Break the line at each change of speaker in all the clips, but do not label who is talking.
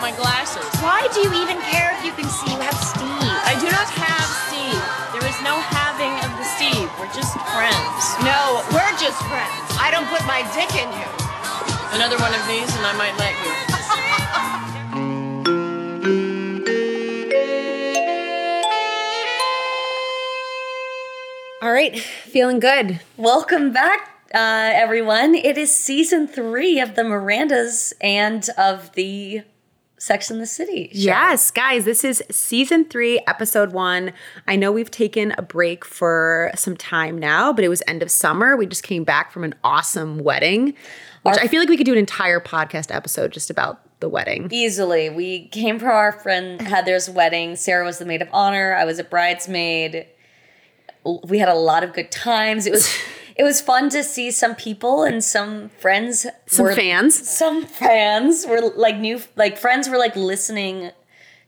my glasses.
Why do you even care if you can see? You have Steve.
I do not have Steve. There is no having of the Steve. We're just friends.
No, we're just friends. I don't put my dick in you.
Another one of these, and I might let you.
All right, feeling good. Welcome back, uh, everyone. It is season three of the Mirandas and of the Sex in the City. show.
Yes, guys, this is season three, episode one. I know we've taken a break for some time now, but it was end of summer. We just came back from an awesome wedding, which I feel like we could do an entire podcast episode just about the wedding.
Easily, we came for our friend Heather's wedding. Sarah was the maid of honor. I was a bridesmaid. L- We had a lot of good times. It was it was fun to see some people and some friends.
Some
were-
fans.
Some fans were like new, like friends were like listening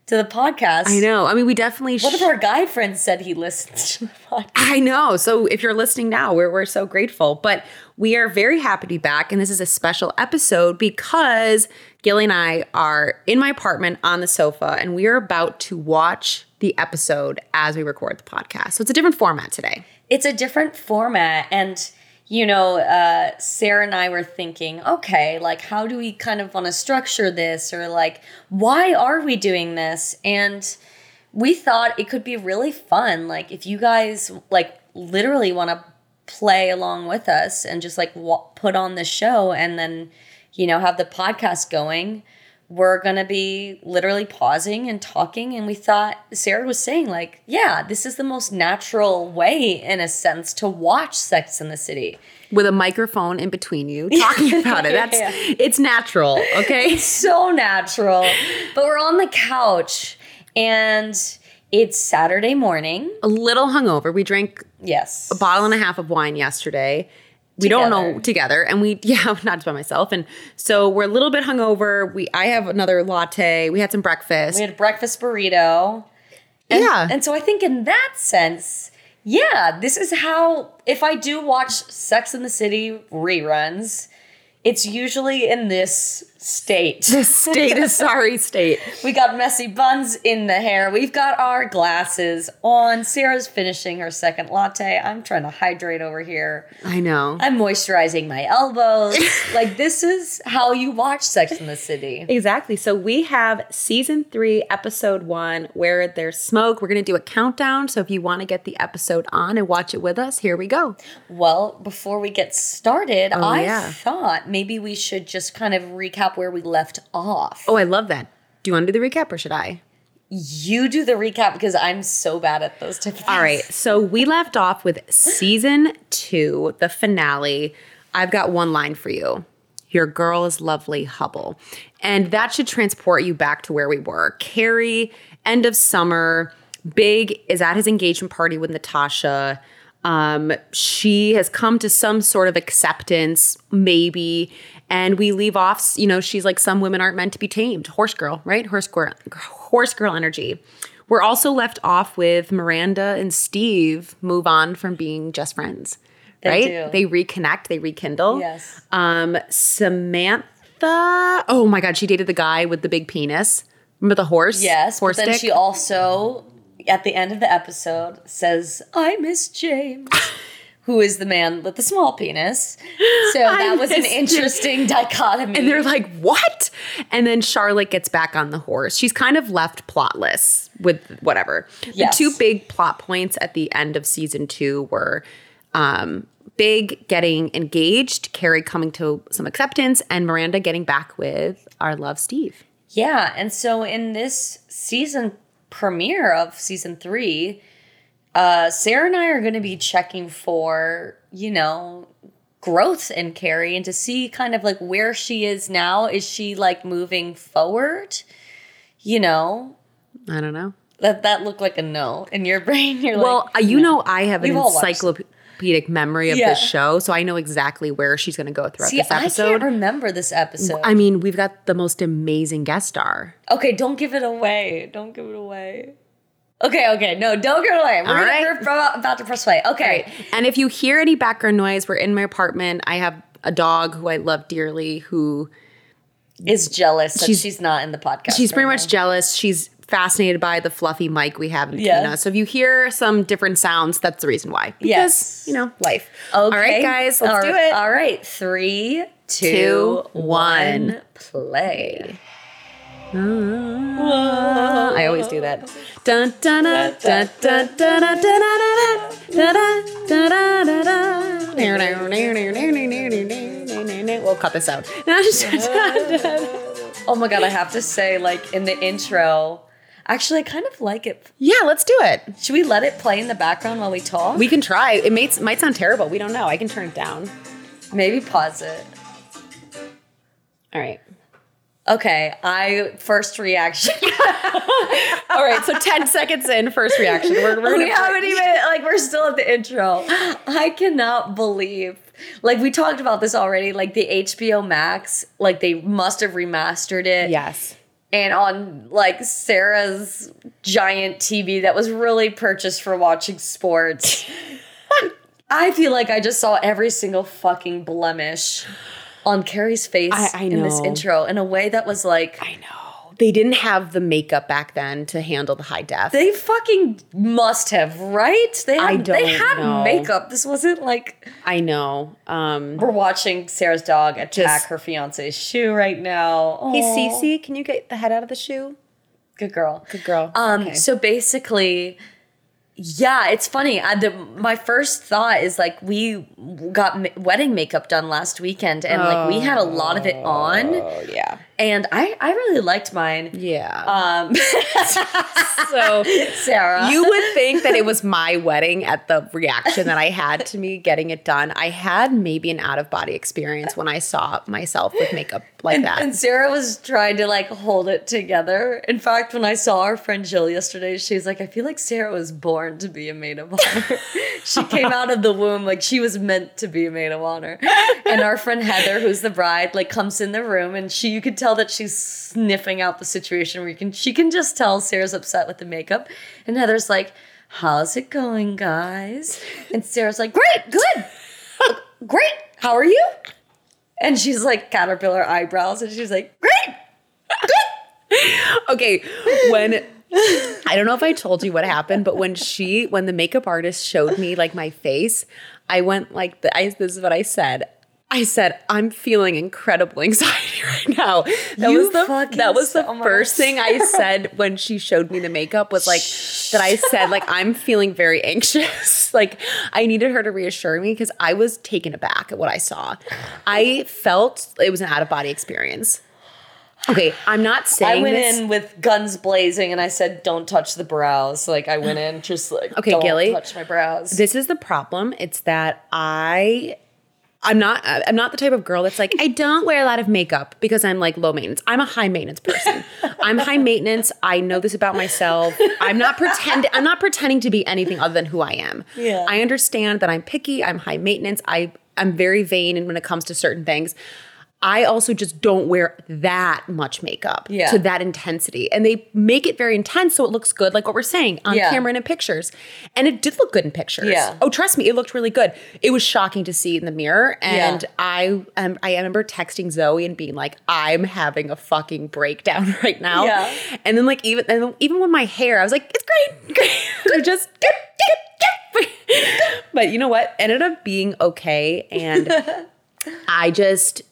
to the podcast.
I know. I mean, we definitely.
One of
sh-
our guy friends said he listens to the podcast.
I know. So if you're listening now, we're, we're so grateful. But we are very happy to be back. And this is a special episode because Gilly and I are in my apartment on the sofa and we are about to watch the episode as we record the podcast. So it's a different format today.
It's a different format. And, you know, uh, Sarah and I were thinking, okay, like, how do we kind of want to structure this? Or, like, why are we doing this? And we thought it could be really fun. Like, if you guys, like, literally want to play along with us and just, like, wa- put on the show and then, you know, have the podcast going. we're gonna be literally pausing and talking and we thought sarah was saying like yeah this is the most natural way in a sense to watch sex in the city
With a microphone in between you talking about it. That's it's natural, okay?
so natural but we're on the couch and it's saturday morning
A little hungover. We drank
yes
bottle and a half of wine yesterday. We don't know
Together.
together, and we yeah, not just by myself. And so we're a little bit hungover. We I have another latte. We had some breakfast.
we had a breakfast burrito
yeah,
And so I think in that sense, yeah, this is how if I do watch Sex in the City reruns, it's usually in this state.
this state is sorry state.
we got messy buns in the hair. We've got our glasses on. Sarah's finishing her second latte. I'm trying to hydrate over here.
I know
I'm moisturizing my elbows. like this is how you watch Sex in the City.
exactly. So we have season three, episode one, where there's smoke. We're gonna do a countdown. So if you want to get the episode on and watch it with us, here we go.
Well, before we get started, I
Oh, yeah.
thought maybe we should just kind of recap where we left off.
Oh, I love that. Do you want to do the recap or should I?
You do the recap because I'm so bad at those type of things.
All right. So we left off with season two, the finale. I've got one line for you. Your girl is lovely, Hubble. And that should transport you back to where we were. Carrie, end of summer. Big is at his engagement party with Natasha. Um, she has come to some sort of acceptance, maybe. And we leave off, you know, she's like, some women aren't meant to be tamed. Horse girl, right? Horse girl, horse girl energy. We're also left off with Miranda and Steve move on from being just friends, right?
do.
They reconnect, they rekindle.
Yes.
Um, Samantha, oh my God, she dated the guy with the big penis. Remember the horse?
Yes,
horse
but then
dick?
she also, at the end of the episode, says, "I miss James." Who is the man with the small penis? So that was an
miss James.
interesting dichotomy.
And they're like, what? And then Charlotte gets back on the horse. She's kind of left plotless with whatever.
Yes.
The two big plot points at the end of season two were um, Big getting engaged, Carrie coming to some acceptance, and Miranda getting back with our love Steve.
Yeah, and so in this season premiere of season three, uh, Sarah and I are going to be checking for you know growth in Carrie and to see kind of like where she is now. Is she like moving forward? You know
I don't know.
that that looked like a no in your brain. You're
Well,
like,
uh, you know, I have an
We've all watched it.
encyclopedic memory of
Yeah.
this show, so I know exactly where she's going to go throughout
see,
this
I can't
episode.
remember this episode.
I mean, we've got the most amazing guest star.
okay, don't give it away. Don't give it away. Okay, okay, no, don't give it away. We're,
All
gonna,
right.
we're about, about to press play. Okay.
And if you hear any background noise, we're in my apartment. I have a dog who I love dearly who
is jealous that she's,
She's-
not in the podcast.
She's pretty
right
much jealous. She's fascinated by the fluffy mic we have in
Yeah.
Kina. So if you hear some different sounds, that's the reason why. Because,
Yes.
you know, life.
now.
All right,
Okay.
guys, let's
All-
do it.
All right, three, two,
Two,
one,
one.
play.
Ah. I always do that. Dun, dun, dun, dun, dun, dun, dun, dun, dun, dun, dun, dun, dun, dun, dun. We'll cut this out.
Oh my god, I have to say, like in the intro, actually, I kind of like it.
yeah, let's do it.
Should we let it play in the background while we talk?
We can try. It may, might sound terrible. We don't know. I can turn it down.
maybe pause it.
All right.
Okay, I first reaction.
All right. So 10 seconds in, first reaction. We're, we're
we
gonna
haven't even like we're still at the intro. I cannot believe like we talked about this already. Like the HBO Max, like they must have remastered it.
Yes.
And on like Sarah's giant TV that was really purchased for watching sports. I feel like I just saw every single fucking blemish on Carrie's face
I- I
in this
know.
intro in a way that was like
I know. They didn't have the makeup back then to handle the high def.
They fucking must have, right? They had,
I
they
don't
had
know.
makeup. This wasn't like
I know. Um,
we're watching Sarah's dog attack
Just-
her fiance's shoe right now.
hey,
Aw.
Cece, can you get the head out of the shoe?
Good girl. Good
girl.
Um,
Okay.
So basically, yeah, it's funny. I, the, my first thought is like we got m- wedding makeup done last weekend, and like we had a lot of it on,
Oh, yeah.
and I I really liked mine.
Yeah.
Um, Uh,
so
Sarah,
you would think that it was my wedding at the reaction that I had to me getting it done. I had maybe an out of body experience when I saw myself with makeup like that.
And Sarah was trying to like hold it together. In fact, when I saw our friend Jill yesterday, she was like, I feel like Sarah was born to be a maid of honor. she came out of the womb like she was meant to be a maid of honor. And our friend Heather, who's the bride, like comes in the room and she you could tell that she's sniffing out the situation where you can she can just tell Sarah's upset with the makeup. And Heather's like, How's it going, guys? And Sarah's like, Great, good, great, how are you? And she's like caterpillar eyebrows, and she's like, "Great,
okay, when I don't know if I told you what happened, but when she, when the makeup artist showed me like my face, I went like, the, I, this is what I said. I said, I'm feeling incredible anxiety right now. That
You
was the
fucking
that was the
so much.
first thing I said when she showed me the makeup was like that I said like I'm feeling very anxious. Like I needed her to reassure me because I was taken aback at what I saw. I felt it was an out of body experience. Okay, I'm not saying
I went
this-
in with guns blazing, and I said, "Don't touch the brows." Like I went in just like,
Okay,
"Don't
Gilly.
touch my brows."
This is the problem. It's that I I'm not I'm not the type of girl that's like I don't wear a lot of makeup because I'm like low maintenance. I'm a high maintenance person. I'm high maintenance. I know this about myself. I'm not pretend I'm not pretending to be anything other than who I am.
Yeah.
I understand that I'm picky, I'm high maintenance. I I'm very vain and when it comes to certain things. I also just don't wear that much makeup
Yeah.
to that intensity. And they make it very intense so it looks good, like what we're saying on
Yeah.
camera and in pictures. And it did look good in pictures pictures.
Yeah.
Oh, trust me, it looked really good. It was shocking to see in the mirror, and
Yeah.
I um, I remember texting Zoe and being like, "I'm having a fucking breakdown right now."
Yeah.
And then like even and even with my hair, I was like, "It's great, great." just. but you know what? Ended up being okay, and I just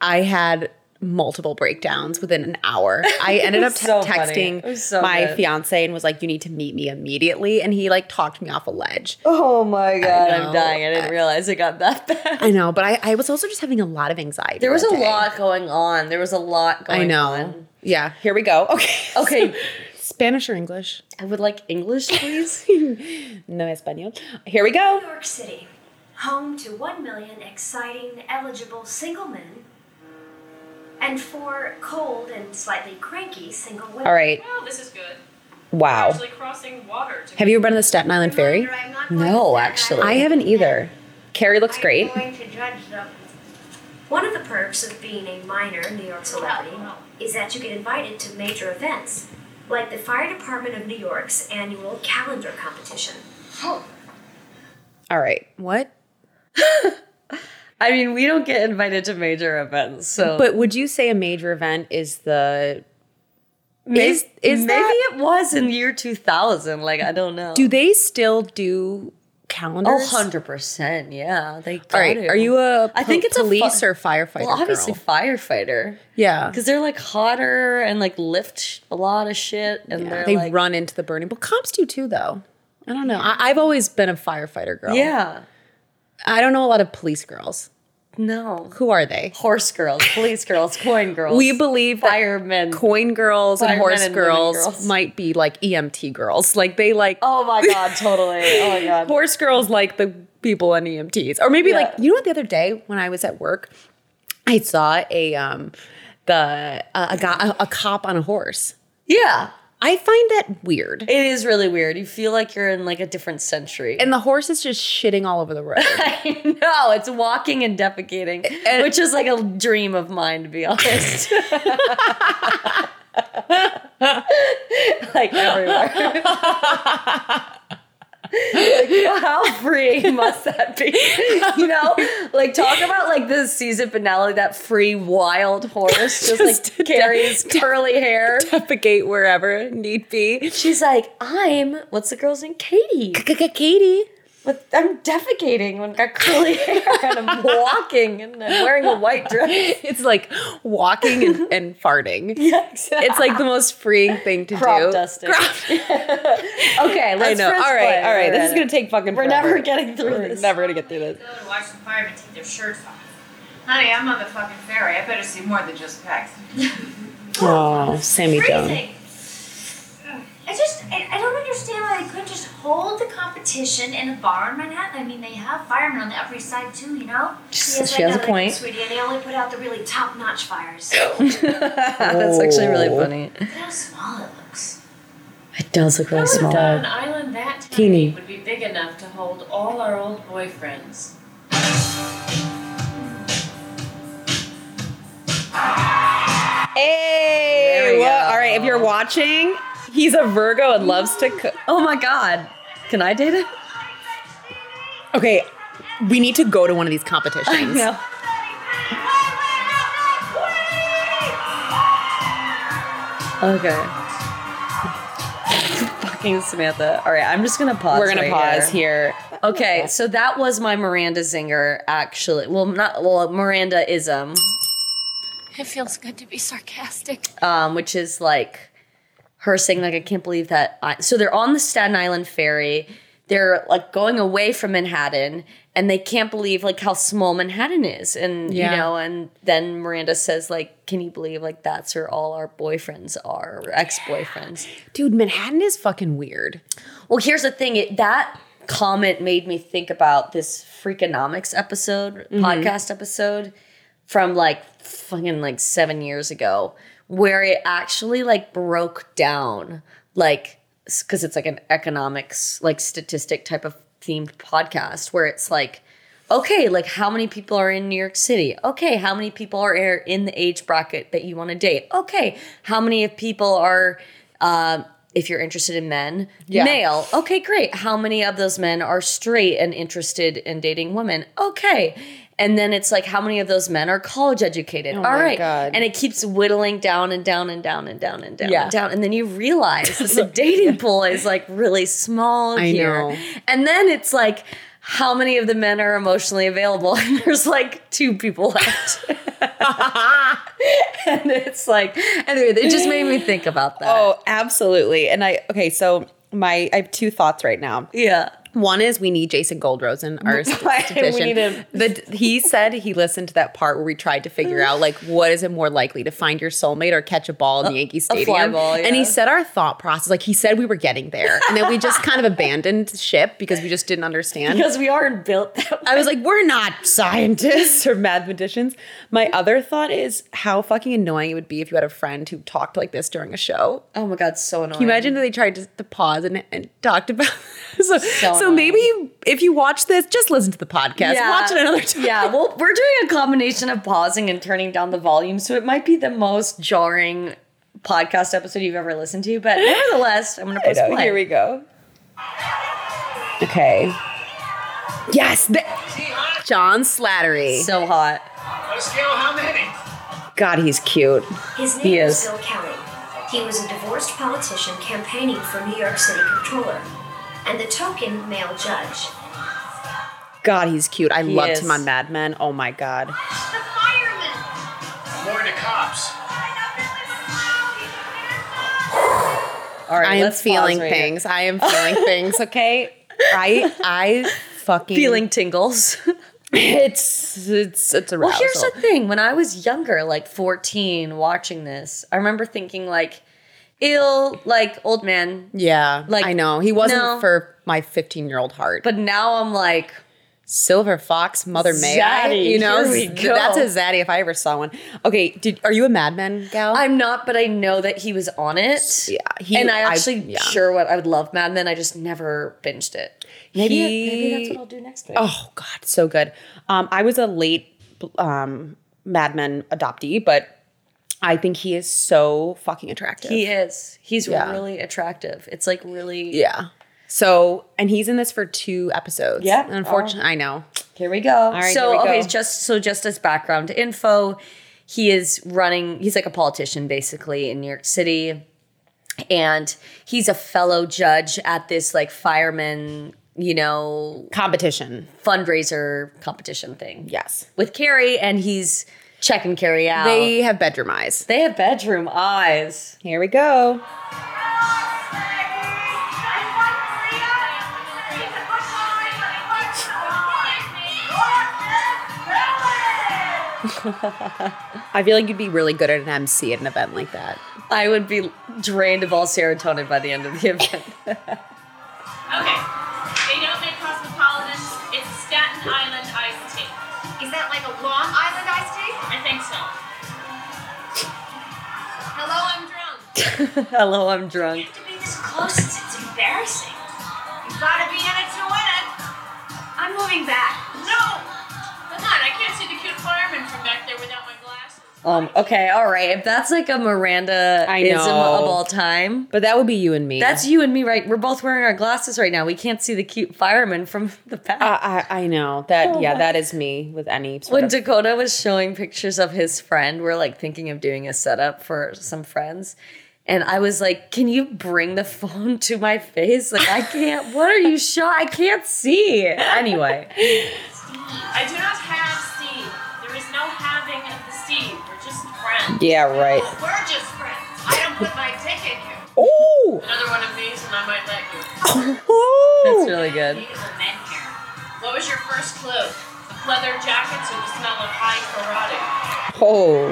I had multiple breakdowns within an hour. I ended up
so
te-
funny. It
texting
was so
my
good.
fiance and was like, "You need to meet me immediately," and he like talked me off a ledge.
oh my god, I'm
know.
dying! I didn't realize it got that bad.
I know, but I, I was also just having a lot of anxiety.
There was
that
a
day.
lot going on. There was a lot going
I know.
on.
Yeah. Here we go. Okay.
Okay,
Spanish or English?
I would like English, please.
No español. Here we go.
New York City, home to one million exciting, eligible single men and four cold and slightly cranky single women.
All right.
Well, Oh, this is good.
Wow.
Actually crossing water to
Have you ever been to the Staten Island Ferry?
Reminder, I'm not going to
no,
say
actually,
I haven't either. Carrie looks
I'm
great.
going to judge them. One of the perks of being a minor New York celebrity is that you get invited to major events, like the Fire Department of New York's annual calendar competition.
All right. What?
I mean, we don't get invited to major events, so
But would you say a major event is the
May-
is is
maybe
that,
it was in the year 2000. Like I don't know.
do they still do calendars?
Oh, 100%. Yeah. They got
All right.
it.
Are you a
I think
po-
it's a
police
fi-
or firefighter?
Well, obviously
girl?
firefighter.
yeah.
Because they're like hotter and like lift a lot of shit, and
Yeah,
they're
they
like,
run into the burning. But cops do too, though. I don't know. I, I've always been a firefighter girl.
yeah,
I don't know a lot of police girls.
no,
Who are they?
horse girls, police girls, coin girls.
We believe that
firemen.
coin girls and
Firemen
horse
and women
girls,
girls.
might be like EMT girls. Like they like
oh my god, totally. Oh my god.
horse girls like the people in EMTs. Or maybe like
Yeah.
you know what the other day when I was at work, I saw a um the a, a guy a, a cop on a horse.
yeah,
I find that weird.
it is really weird. You feel like you're in like a different century.
And the horse is just shitting all over the road.
I know it's walking and defecating, which is like a dream of mine, to be honest. like everywhere. like, how freeing must that be? You know, like talk about like the season finale. That free wild horse just,
Just
like carries curly hair.
defecate wherever need be.
She's like, I'm what's the girl's name? Katie.
Katie.
But I'm defecating when I got curly hair and I'm walking and I'm wearing a white dress.
It's like walking and, and farting. It's like the most freeing thing to
Crop
do.
dusting.
Crop-
okay,
I
let's
know. All
press
right,
play.
all right.
We're
This is
at
gonna
it.
take fucking.
We're
forever.
never getting through
We're
this.
never gonna get through this.
go to watch the firemen take their shirts off. Honey, I'm on the fucking ferry. I better see more than just packs.
Oh, Sammy
Freezing. I just, I, I don't understand why they couldn't just hold the competition in a bar in Manhattan. I mean, they have firemen on the Upper East Side too, you know.
She-
Yes,
she
I
has a
know,
point.
sweetie. And they only put out the really top-notch fires.
That's actually really funny.
Look how small it looks.
It does look really small.
An island that tiny
Teeny.
would be big enough to hold all our old boyfriends.
There
Hey,
we
well,
go.
all right. If you're watching, he's a Virgo and loves to cook.
Oh my god. Can I date it?
Okay, we need to go to one of these competitions.
No. Okay. Fucking Samantha. All right, I'm just gonna pause.
We're gonna
right
pause here.
Okay, so that was my Miranda Zinger, actually. Well, not well, Miranda ism,
It feels good to be sarcastic.
um, which is like her saying like I can't believe that. I, so they're on the Staten Island ferry. They're like going away from Manhattan, and they can't believe like how small Manhattan is, and
Yeah.
you know. And then Miranda says like, "Can you believe like that's where all our boyfriends are, or ex boyfriends?"
Dude, Manhattan is fucking weird.
Well, here's the thing. It, that comment made me think about this Freakonomics episode, podcast episode from like fucking like seven years ago, where it actually like broke down, like, because it's like an economics, like statistic type of themed podcast where it's like, okay, like how many people are in New York City? Okay, how many people are in the age bracket that you want to date? Okay, how many of people are, um, if you're interested in men, male? Okay, great. How many of those men are straight and interested in dating women? Okay. And then it's like, how many of those men are college educated? All
Oh my
right.
God.
And it keeps whittling down and down and down and down and down
Yeah.
and down. And then you realize that the dating pool is like really small
I
here.
know.
And then it's like, how many of the men are emotionally available? And there's like two people left. and it's like, anyway, it just made me think about that.
Oh, absolutely. And I okay, so my I have two thoughts right now.
yeah.
One is we need Jason Goldrosen, our statistician.
We need him.
The- he said he listened to that part where we tried to figure out like what is it more likely to find your soulmate or catch a ball in Yankee
fly
Stadium.
ball,
And he
yeah.
said our thought process, like he said we were getting there, and then we just kind of abandoned ship because we just didn't understand.
Because we aren't built that way.
I was like, we're not scientists or mathematicians. My other thought is how fucking annoying it would be if you had a friend who talked like this during a show.
Oh my God, so annoying.
Can you imagine that they tried to, to pause and, and talked about so, so,
annoying.
maybe you, if you watch this, just listen to the podcast.
Yeah.
Watch it another time.
Yeah, well, we're doing a combination of pausing and turning down the volume, so it might be the most jarring podcast episode you've ever listened to. But nevertheless, I'm gonna press
I know,
play.
Here we go. Okay. Yes. th- John Slattery.
So hot.
On a scale of how many?
God, he's cute.
His
He
name was
is.
Bill Kelly. He was a divorced politician campaigning for New York City Controller and the token male judge.
God, he's cute. I loved
is.
him on Mad Men. Oh my God.
More to cops.
All right,
I am
let's pause
feeling
right here.
things. I am feeling things. Okay. I I fucking
Feeling tingles.
It's it's it's a
Well, here's the thing. When I was younger, like 14, watching this, I remember thinking like, ill, like old man.
yeah,
like,
I know he wasn't
no.
for my 15 year old heart,
But now I'm like,
Silver Fox, Mother May, I?
Zaddy,
you know
here we
th- that's
go.
a zaddy if I ever saw one. Okay, did are you a Mad Men gal?
I'm not, but I know that he was on it.
Yeah, he-
and I
I-
actually
yeah.
sure what I would love Mad Men. I just never binged it. Maybe,
He-
maybe that's what I'll do next week.
Oh God, so good. Um, I was a late um, Mad Men adoptee, but I think he is so fucking attractive.
He is. He's
Yeah.
really attractive. It's like really.
yeah. So and he's in this for two episodes.
Yeah.
Unfortunately, I know.
Here we go.
right, here
so
we
okay,
go.
just so just as background info, he is running. He's like a politician basically in New York City, and he's a fellow judge at this like fireman, you know,
Competition.
fundraiser competition thing.
Yes.
with Carrie, and he's checking Carrie out.
They have bedroom eyes.
they have bedroom eyes.
Here we go. I feel like you'd be really good at an MC at an event like that.
I would be drained of all serotonin by the end of the event.
Okay. They don't make cosmopolitan. It's Staten Island iced tea.
Is that like a Long Island iced tea?
I think so.
Hello, I'm drunk.
Hello, I'm drunk.
To be this close, it's, it's embarrassing. You've got to be in it to win it.
I'm moving back.
No! Come on, I can't see the cute fireman from back there without my glasses.
Um, okay, all right. If that's like a Miranda
I
ism
know.
of all time,
But that would be you and me.
that's you and me, right? We're both wearing our glasses right now. We can't see the cute fireman from the back.
I, I I know
Oh
that. Yeah, that is me with any sort
when
of
Dakota was showing pictures of his friend, we're like thinking of doing a setup for some friends. And I was like, can you bring the phone to my face? Like, I can't, what are you showing? I can't see. Anyway,
I do not have Steve. There is no having of the Steve. We're just friends.
yeah
Oh,
right.
We're just friends. I don't put my dick in you.
Oh,
Another one of these, and I might like you.
that's really good.
These are men here. What was your first clue? The leather jackets or the smell of high karate?
oh,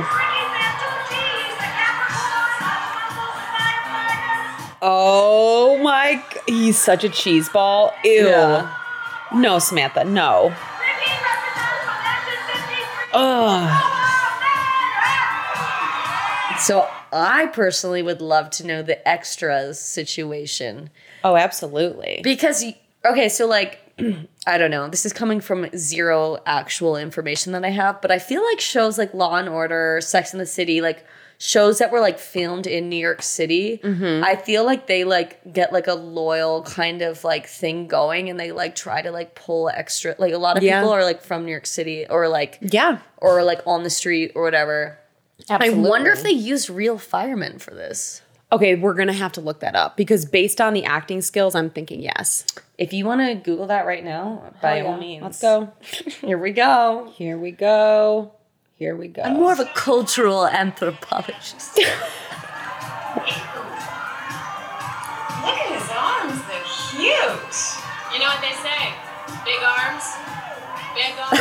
oh my! g- He's such a cheese ball. Ew.
Yeah.
No, Samantha. No. Ugh.
So I personally would love to know the extras situation
Oh, absolutely.
because, y- okay, so like, I don't know. This is coming from zero actual information that I have, but I feel like shows like Law and Order, Sex in the City, like shows that were like filmed in New York City.
Mm-hmm.
I feel like they like get like a loyal kind of like thing going, and they like try to like pull extra. Like a lot of
Yeah.
people are like from New York City or like
Yeah.
or like on the street or whatever. I wonder if
Absolutely.
they used real firemen for this.
Okay, we're gonna have to look that up because based on the acting skills, I'm thinking yes.
If you want to Google that right now, by all means,
Let's go.
Oh, Here we go.
Here we go. Here we go.
I'm more of a cultural anthropologist.
Look at his arms, they're huge. You know what they say? Big arms, big arms.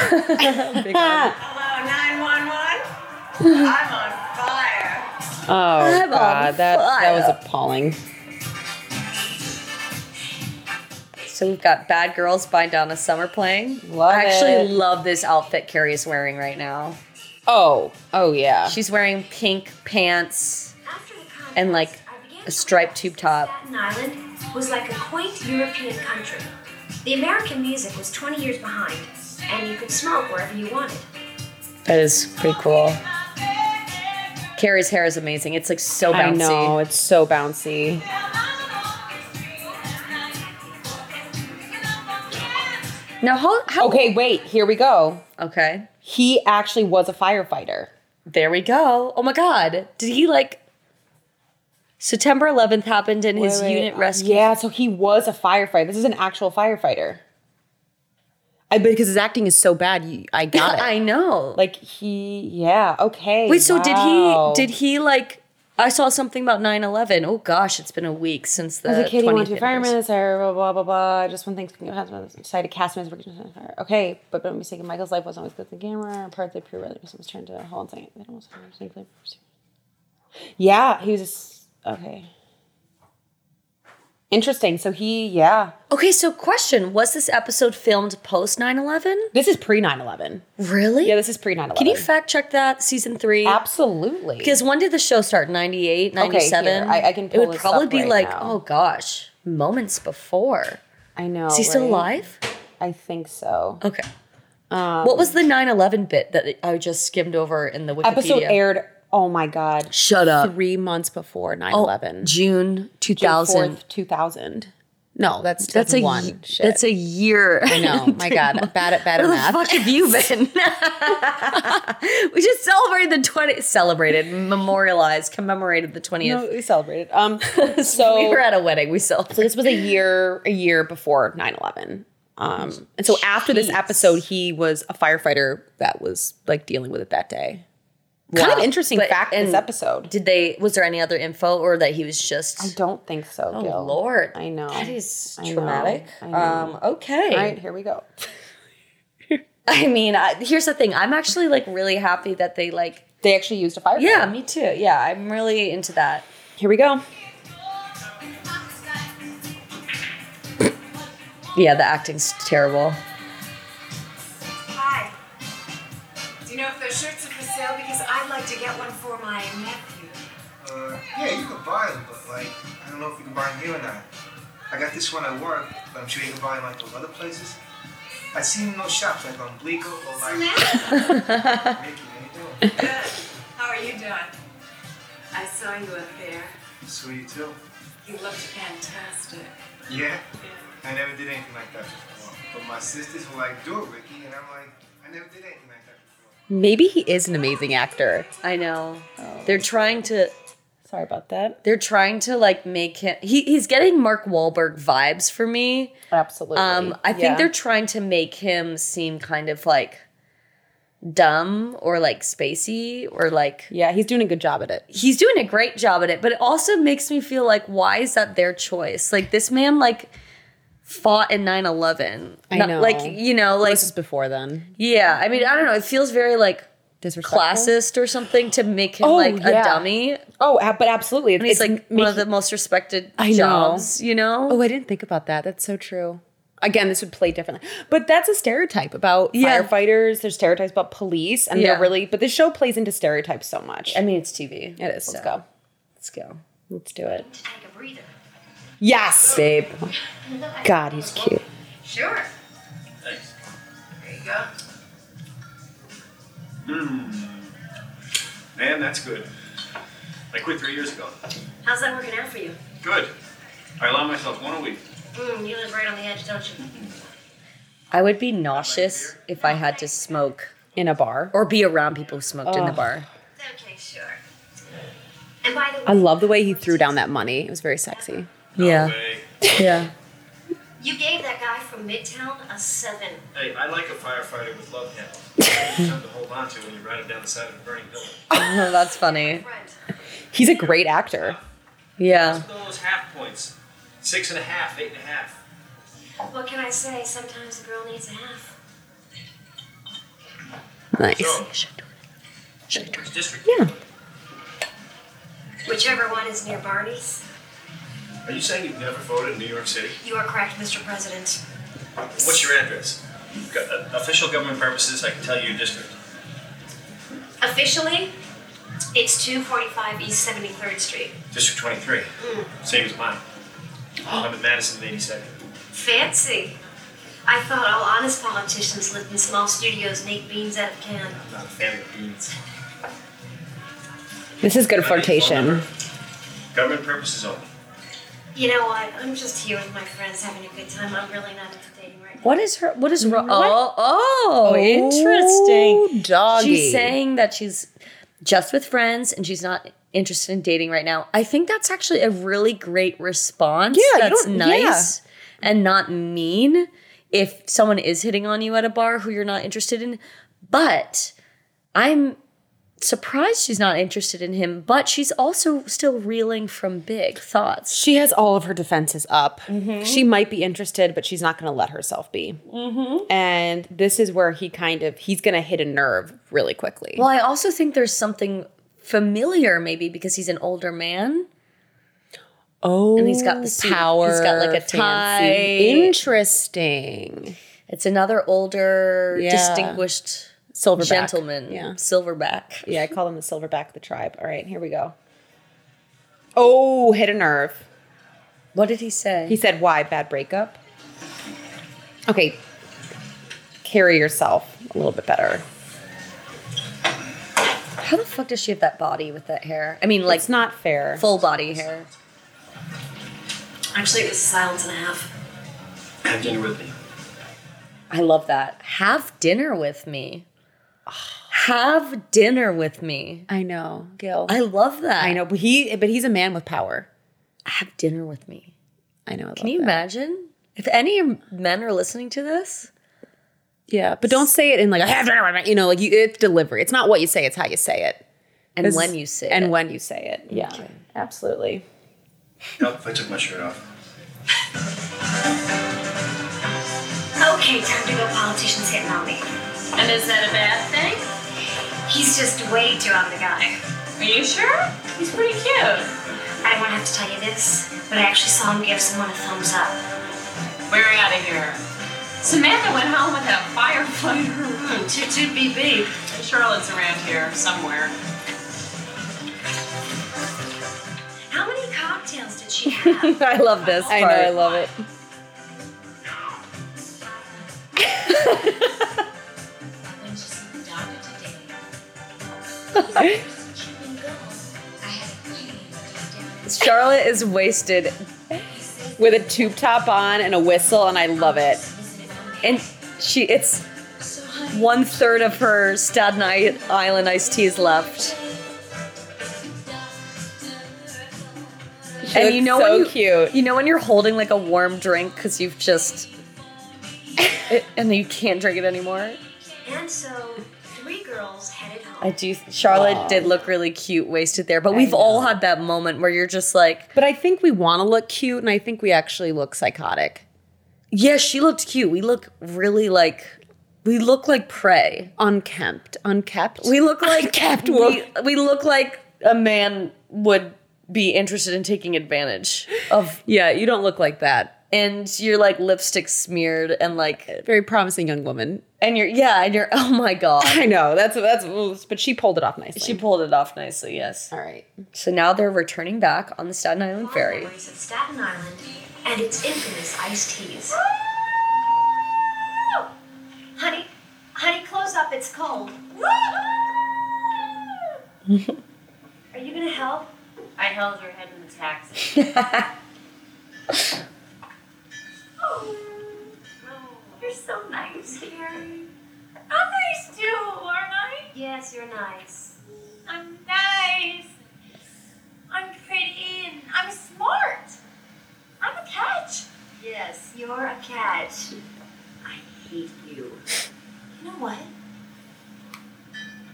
Hello, 911. I'm on fire.
oh
I'm on
god, that that was
fire.
appalling.
So we've got Bad Girls by Donna Summer playing.
Love
I actually
it.
love this outfit Carrie is wearing right now.
Oh, oh yeah.
She's wearing pink pants.
After the contest,
And, like,
I began
a
to
striped tube
realize
top.
Staten Island was like a quaint European country. The American music was 20 years behind, and you could smoke wherever you wanted.
That is pretty cool. Carrie's hair is amazing. It's like so bouncy.
I know it's so bouncy.
Now, how, how
Okay, wait, here we go.
Okay.
He actually was a firefighter.
There we go. Oh my God. Did he like. September 11th happened in his unit rescue.
uh, Yeah, so he was a firefighter. This is an actual firefighter. I because his acting is so bad, you, I got it.
I know.
like he, yeah, okay.
Wait, so
wow.
did he did he like I saw something about 9/11. Oh gosh, it's been a week since the
As a kid,
20th
he wanted to be a
anniversary.
fireman. I said, blah, blah, blah, blah. Just when things decided to cast him as a working fire. Okay, but don't be mistaken, Michael's life wasn't always good in the camera. In part, they pure rather was turned to a whole thing. They don't want to nuclear Yeah, he was a s okay. Interesting. So he, yeah.
Okay, so question, was this episode filmed post 9/11?
This is pre 9 11.
Really?
Yeah, this is pre 9 11.
Can you fact check that season 3?
Absolutely.
Because when did the show start? 98, 97?
here, I- I can
It
pull
would
this
probably
up
be
right
like,
now.
"Oh gosh, moments before."
I know.
Is he still
right?
alive?
I think so.
Okay.
Um,
what was the 9/11 bit that I just skimmed over in the Wikipedia?
Episode aired, oh my God,
Shut up.
three months before 9
Oh,
11.
June 2000.
2000. 2000. No, that's
That's a
one.
y- that's a year. I
no, my god, bad at bad at
Where the
math.
fuck have you been? we just celebrated the 20 celebrated, memorialized, commemorated the 20th.
No, we celebrated. Um, so
we were at a wedding. We
so
celebrated.
this was a year a year before 9-11. Um, and so after this episode, he was a firefighter that was like dealing with it that day. Kind of
Wow.
interesting
But-
fact in this
and
episode.
Did they was there any other info or that he was just
I don't think so.
Oh
Gil.
lord.
I know.
That is
I know.
traumatic.
I know.
Um okay.
All right, here we go.
I mean, I, here's the thing. I'm actually like really happy that they like
They actually used a firefighter.
Yeah, me too. Yeah, I'm really into that.
Here we go.
Yeah, the acting's terrible.
Hi. Do you know if those shirts are for sale? Because I'd like to get one for my nephew.
Uh, yeah, you can buy them, but like, I don't know if you can buy them here or not. I got this one at work, but I'm sure you can buy them like those other places. I seen them in those shops like Umblico or like. Mickey, how you doing?
How are you doing? I saw you up there.
So you too.
You looked fantastic.
Yeah. I never did anything like that before. But my sisters were like, "Do it, Ricky," and I'm like, "I never did anything like that before."
Maybe he is an amazing actor. Oh.
I know. They're trying to
Sorry about that.
They're trying to like make him. He, he's getting Mark Wahlberg vibes for me.
Absolutely.
Um, I think
Yeah.
they're trying to make him seem kind of like dumb or like spacey or like
Yeah, he's doing a good job at it.
he's doing a great job at it. But it also makes me feel like why is that their choice? Like this man like fought in 9-11
I
Not-
know.
like you know like
This is before then.
yeah i mean i don't know it feels very like
Disrespectful.
classist or something to make him
Oh,
like
yeah.
a dummy
Oh, a- but absolutely.
and
it's
he's like one
making-
of the most respected
I know.
jobs you know
Oh, I didn't think about that. That's so true. Again, this would play differently. But that's a stereotype about
Yeah.
firefighters. There's stereotypes about police, and
Yeah.
they're really. But the show plays into stereotypes so much.
I mean, it's TV.
it is. Let's go.
Let's go.
Let's do it.
Take a breather.
Yes,
Babe.
God, he's cute.
Sure. There you go.
Man, that's good. I quit three years ago.
How's that working out for you?
Good. I allow myself one a week.
Mm, you live right on the edge, don't you?
I would be nauseous if I had to smoke
In a bar.
or be around people who smoked in the
Ugh.
bar.
Okay, sure. And by the way,
I love the way he threw down that money. It was very sexy.
Yeah.
Hey,
Yeah.
you gave that guy from Midtown a seven.
hey, I like a firefighter with love handles. Something to hold on to when you ride him down the side of a burning building.
That's funny.
Right.
He's a great actor.
Yeah.
Some of those half points. Six and a half, eight and a half.
What can I say? Sometimes a girl needs a half.
Nice.
Which district?
Yeah.
Whichever one is near Barney's.
Are you saying you've never voted in New York City?
You are correct, Mr. President.
What's your address? Go- uh, Official government purposes, I can tell you your district.
Officially, it's 245 East 73rd Street.
District 23. Same as mine. I'm in Madison in 82nd.
Fancy. I thought all honest politicians lived in small studios and ate beans out of can.
I'm not a fan of beans.
This is good
Can I get your phone
flirtation.
number? Government purposes only.
You know what? I'm just here with my friends having a good time. I'm really not into dating right now.
What is her? What is wrong? Oh, oh, interesting.
doggy.
She's saying that she's just with friends and she's not interested in dating right now. I think that's actually a really great response.
Yeah, you
that's
don't-
nice and not mean. If someone is hitting on you at a bar who you're not interested in, but I'm surprised she's not interested in him. But she's also still reeling from big thoughts.
She has all of her defenses up.
Mm-hmm.
She might be interested, but she's not going to let herself be.
Mm-hmm.
And this is where he kind of he's going to hit a nerve really quickly.
Well, I also think there's something familiar, maybe because he's an older man.
oh,
and he's got the suit.
power.
He's got, like, a
fancy.
tie.
Interesting.
It's another older,
Yeah.
distinguished
Silverback
gentleman,
Yeah,
silverback.
yeah. I call him the silverback of the tribe. All right, here we go. Oh, hit a nerve.
What did he say?
He said, "Why bad breakup?" Okay, carry yourself a little bit better.
How the fuck does she have that body with that hair? I mean, like
it's not fair.
full body hair.
Actually, it was a silence and a half.
Have dinner with me.
I love that. Have dinner with me. Have dinner with me.
I know, Gil.
I love that.
I know, but he but he's a man with power.
Have dinner with me.
I know. I
Can you imagine? If any men are listening to this,
Yeah, but don't say it in like I have dinner with my-" you know, like you it's delivery. It's not what you say, it's how you say it.
and
It's-
when you say
and
it.
when you say it. Yeah. Absolutely.
Help if I took my shirt off.
Okay, time to go politicians hitting on me.
And is that a bad thing?
He's just way too out of the guy.
Are you sure? He's pretty cute.
I won't have to tell you this, but I actually saw him give someone a thumbs up.
We're out of here. Samantha went home with that firefly in her room. Toot toot beep beep. I'm sure it's around here somewhere.
How many cocktails did she have?
I love this.
I know,
part.
I love it.
When she's in the doctor today, she been gone. I had a pain down
Charlotte is wasted
With a tube top on and a whistle and I love it.
and she it's one third of her Staten I- Island iced tea is left. and you
looks
know
so
when you,
cute.
You know when you're holding like a warm drink because you've just and you can't drink it anymore.
And so, three girls headed home.
I do. Charlotte did look really cute wasted there, but we've all had that moment where you're just like,
But I think we want to look cute and I think we actually look psychotic.
yeah, she looked cute. We look really like we look like prey.
Unkempt, unkept.
We look like
Kept
we,
woman.
we look like a man would be interested in taking advantage of
yeah, you don't look like that.
and you're like lipstick smeared and like
Very promising young woman.
and you're yeah and you're oh my god
I know. That's that's but she pulled it off nicely.
she pulled it off nicely yes
All right.
so now they're returning back on the staten island ferry
Memories of Staten Island and its infamous iced teas. honey, honey, close up. It's cold. Are you gonna help?
I held her head in the taxi.
You're so nice here.
I'm nice too, aren't I?
Yes, you're nice.
I'm nice. I'm pretty and I'm smart. I'm a catch.
Yes, you're a catch. I hate you.
You know what?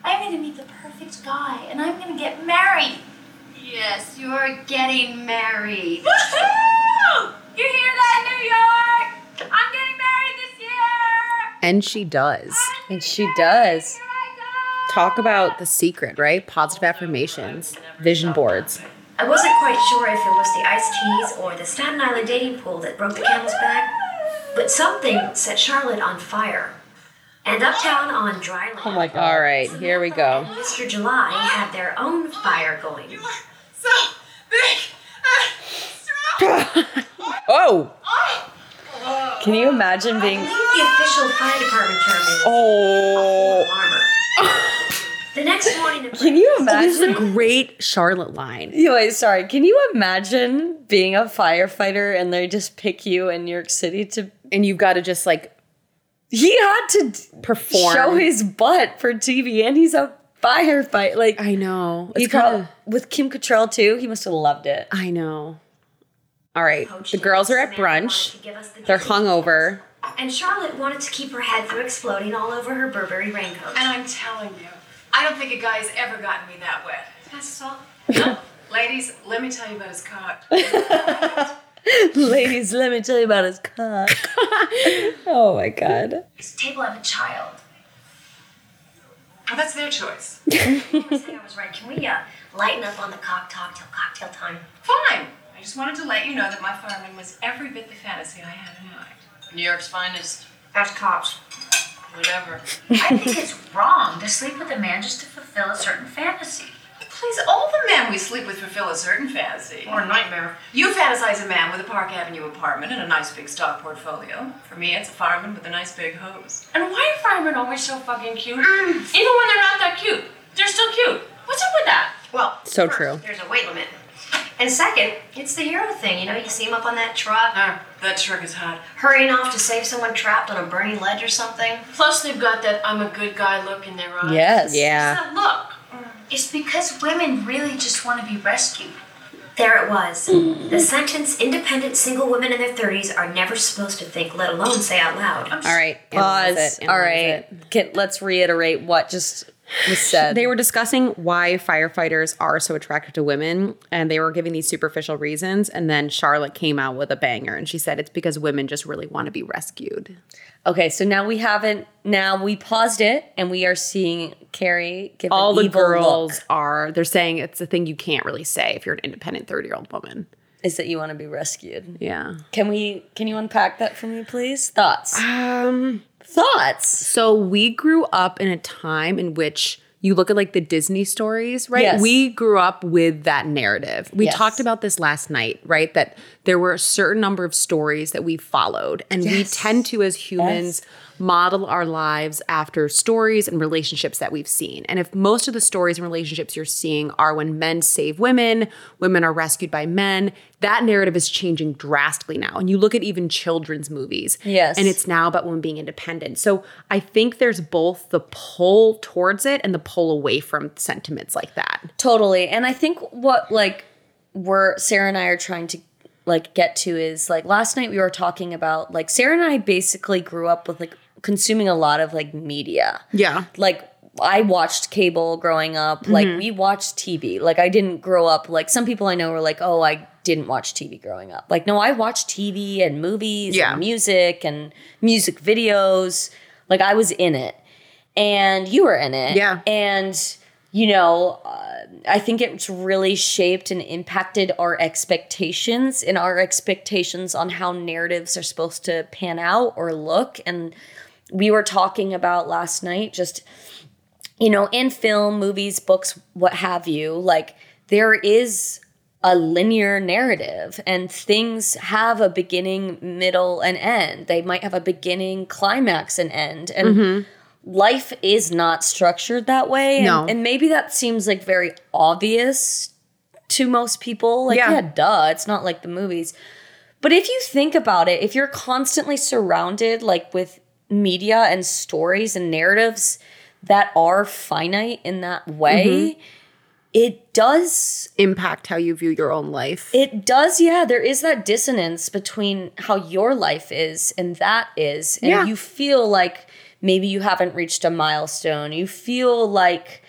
I'm gonna meet the perfect guy and I'm gonna get married.
Yes, you're getting married.
Woohoo! You hear that, New York? I'm getting married this year.
And she does.
and she does
Talk about the secret, right? Positive affirmations, vision boards.
I wasn't quite sure if it was the iced teas or the Staten Island dating pool that broke the camel's back, but something set Charlotte on fire. And uptown on dry land,
All right, here we go.
Mr. July had their own fire going.
So big and strong.
Oh,
can you imagine being
The official fire department term is
oh,
armor. The next morning, the
Can you
This is a
imagine?
great Charlotte line.
You wait, sorry. Can you imagine being a firefighter and they just pick you in New York City to?
And you've got to just like
He had to d-
perform.
show his butt for TV, and he's a firefighter. Like
I know.
you
It's kind of.
prob- with Kim Cattrall too. He must have loved it.
I know. All right.
poached
The girls are
eggs.
at
Samantha wanted to
brunch.
give us the
They're
juice.
hungover.
And Charlotte wanted to keep her head from exploding all over her Burberry raincoat.
And I'm telling you, I don't think a guy's ever gotten me that wet. That's all. No. Ladies, let me tell you about his cock.
Ladies, let me tell you about his cock. oh my god.
This table of a child.
Well, that's their choice.
I said I was right. Can we uh, lighten up on the cock talk till cocktail time?
Fine. I just wanted to let you know that my fireman was every bit the fantasy I had in mind.
New York's finest.
That's cops.
Whatever.
I think it's wrong to sleep with a man just to fulfill a certain fantasy.
Please, all the men we sleep with fulfill a certain fantasy.
Or nightmare.
You fantasize a man with a Park Avenue apartment and a nice big stock portfolio. For me, it's a fireman with a nice big hose.
And why are firemen always so fucking cute?
Um.
Even when they're not that cute, they're still cute. What's up with that?
Well,
So
first,
true.
There's a weight limit. And second, it's the hero thing. You know, you see him up on that truck,
Ah, that truck is hot.
hurrying off to save someone trapped on a burning ledge or something.
Plus, they've got that I'm a good guy look in their eyes.
Yes.
Yeah.
That look.
Mm.
It's because women really just want to be rescued.
There it was. the sentence independent single women in their 30s are never supposed to think, let alone say out loud.
All right.
Pause.
analyze it,
All
analyze
right.
it.
Can, let's reiterate what just was said.
They were discussing why firefighters are so attracted to women, and they were giving these superficial reasons. And then Charlotte came out with a banger, and she said it's because women just really want to be rescued.
Okay, so now we haven't. Now we paused it, and we are seeing Carrie give
All
an
the
evil
girls
look,
are, they're saying it's a thing you can't really say if you're an independent 30 year old woman.
is that you want to be rescued.
Yeah.
Can we? Can you unpack that for me, please? Thoughts.
Um,
Thoughts.
So we grew up in a time in which you look at like the Disney stories, right?
Yes.
We grew up with that narrative. We
Yes.
talked about this last night, right? That there were a certain number of stories that we followed, and we tend to, as humans, model our lives after stories and relationships that we've seen. And if most of the stories and relationships you're seeing are when men save women, women are rescued by men, that narrative is changing drastically now. And you look at even children's movies,
Yes.
and it's now about women being independent. So I think there's both the pull towards it and the pull away from sentiments like that.
Totally. And I think what like we're Sarah and I are trying to like get to is like last night we were talking about like Sarah and I basically grew up with like consuming a lot of like media.
Yeah.
like I watched cable growing up. Like we watched TV. Like I didn't grow up like some people I know were like, "Oh, I didn't watch TV growing up." Like no, I watched TV and movies
Yeah.
and music and music videos. Like I was in it. And you were in it.
Yeah.
And you know, uh, I think it's really shaped and impacted our expectations and our expectations on how narratives are supposed to pan out or look and we were talking about last night just you know in film movies books what have you like there is a linear narrative and things have a beginning middle and end they might have a beginning climax and end and life is not structured that way and,
Mm-hmm. No.
and maybe that seems like very obvious to most people like
Yeah.
yeah duh it's not like the movies but if you think about it, if you're constantly surrounded like with media and stories and narratives that are finite in that way,
Mm-hmm.
it does
Impact how you view your own life.
it does yeah, there is that dissonance between how your life is and that is and
Yeah.
you feel like maybe you haven't reached a milestone. You feel like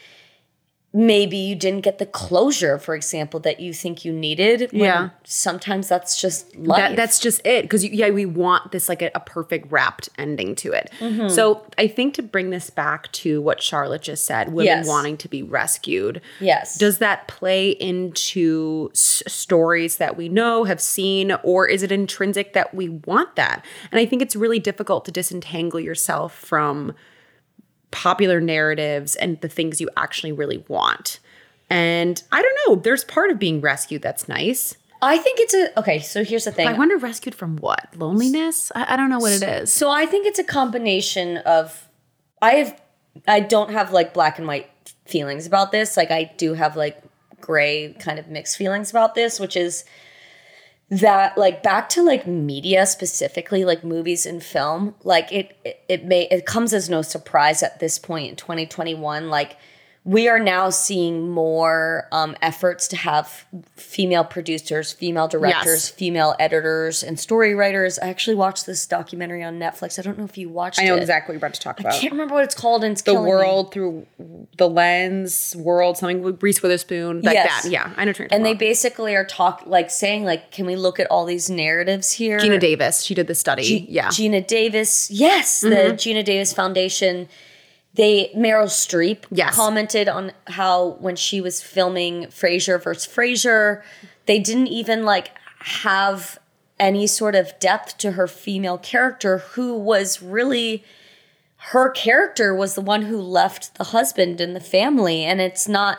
maybe you didn't get the closure for example that you think you needed when
Yeah.
sometimes that's just life
That, that's just it. Because, yeah, we want this like a, a perfect wrapped ending to it. So I think to bring this back to what Charlotte just said women
Yes.
wanting to be rescued.
yes
Does that play into s- stories that we know, have seen, or is it intrinsic that we want that? And I think it's really difficult to disentangle yourself from popular narratives and the things you actually really want. And I don't know, there's part of being rescued that's nice.
I think it's a okay. So here's the thing.
I wonder, rescued from what? Loneliness? I, I don't know what it is.
so I think it's a combination of I have I don't have like black and white feelings about this. Like I do have like gray kind of mixed feelings about this, which is that like back to like media specifically like movies and film like it, it it may it comes as no surprise at this point in 2021 like we are now seeing more um, efforts to have female producers, female directors,
Yes.
female editors, and story writers. I actually watched this documentary on Netflix. I don't know if you watched it.
I know exactly what you're about to talk
I
about.
can't remember what it's called. And it's
the
killing me.
world through the lens, world, something with Reese Witherspoon, like
Yes.
that. Yeah, I know. what you're talking
And they
about.
basically are talk like saying like, can we look at all these narratives here?
Gina Davis, she did the study.
G-
yeah,
Gina Davis. Yes, the
Mhm.
Gina Davis Foundation. They Meryl Streep
Yes.
commented on how when she was filming Frasier versus Frasier, they didn't even like have any sort of depth to her female character, who was really her character was the one who left the husband and the family, and it's not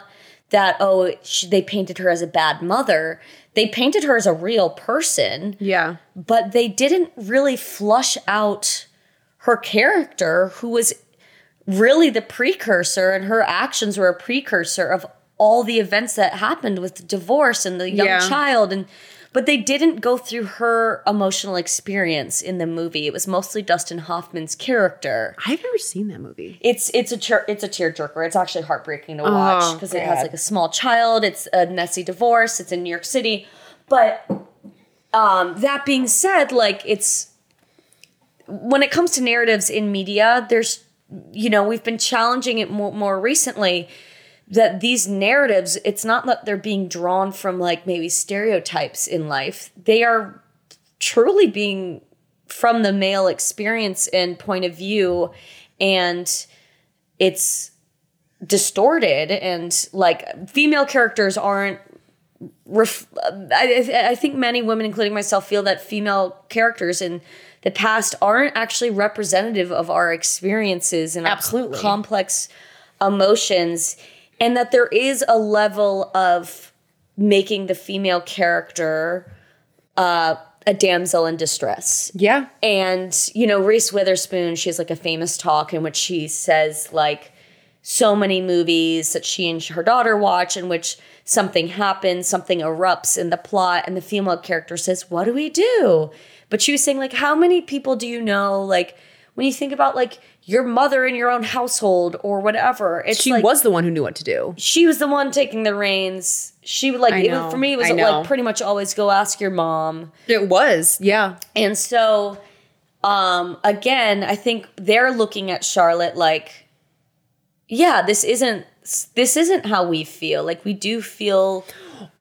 that oh she, they painted her as a bad mother. They painted her as a real person
yeah.
but they didn't really flush out her character, who was really the precursor, and her actions were a precursor of all the events that happened with the divorce and the young
Yeah.
child and but they didn't go through her emotional experience in the movie. It was mostly Dustin Hoffman's character.
I've never seen that movie.
It's it's a cheer, it's a tearjerker. It's actually heartbreaking to watch
Oh,
because it has
God.
like a small child. It's a messy divorce. It's in New York City, but um, that being said, like it's when it comes to narratives in media, there's you know we've been challenging it more, more recently that these narratives it's not that they're being drawn from like maybe stereotypes in life they are truly being from the male experience and point of view and it's distorted and like female characters aren't ref- I, I- I think many women including myself feel that female characters in the past aren't actually representative of our experiences and
Absolutely.
our complex emotions and that there is a level of making the female character uh, a damsel in distress
Yeah.
and, you know, Reese Witherspoon, she has like a famous talk in which she says, like, so many movies that she and her daughter watch in which something happens, something erupts in the plot, and the female character says, What do we do? But she was saying, like, how many people do you know, like, when you think about like your mother in your own household or whatever, it's
she
like
was the one who knew what to do.
she was the one taking the reins. She would like
I
it was-
know,
for me it was
I know.
like pretty much always go ask your mom.
It was, yeah.
And so, um, again, I think they're looking at Charlotte like, yeah, this isn't this isn't how we feel. Like we do feel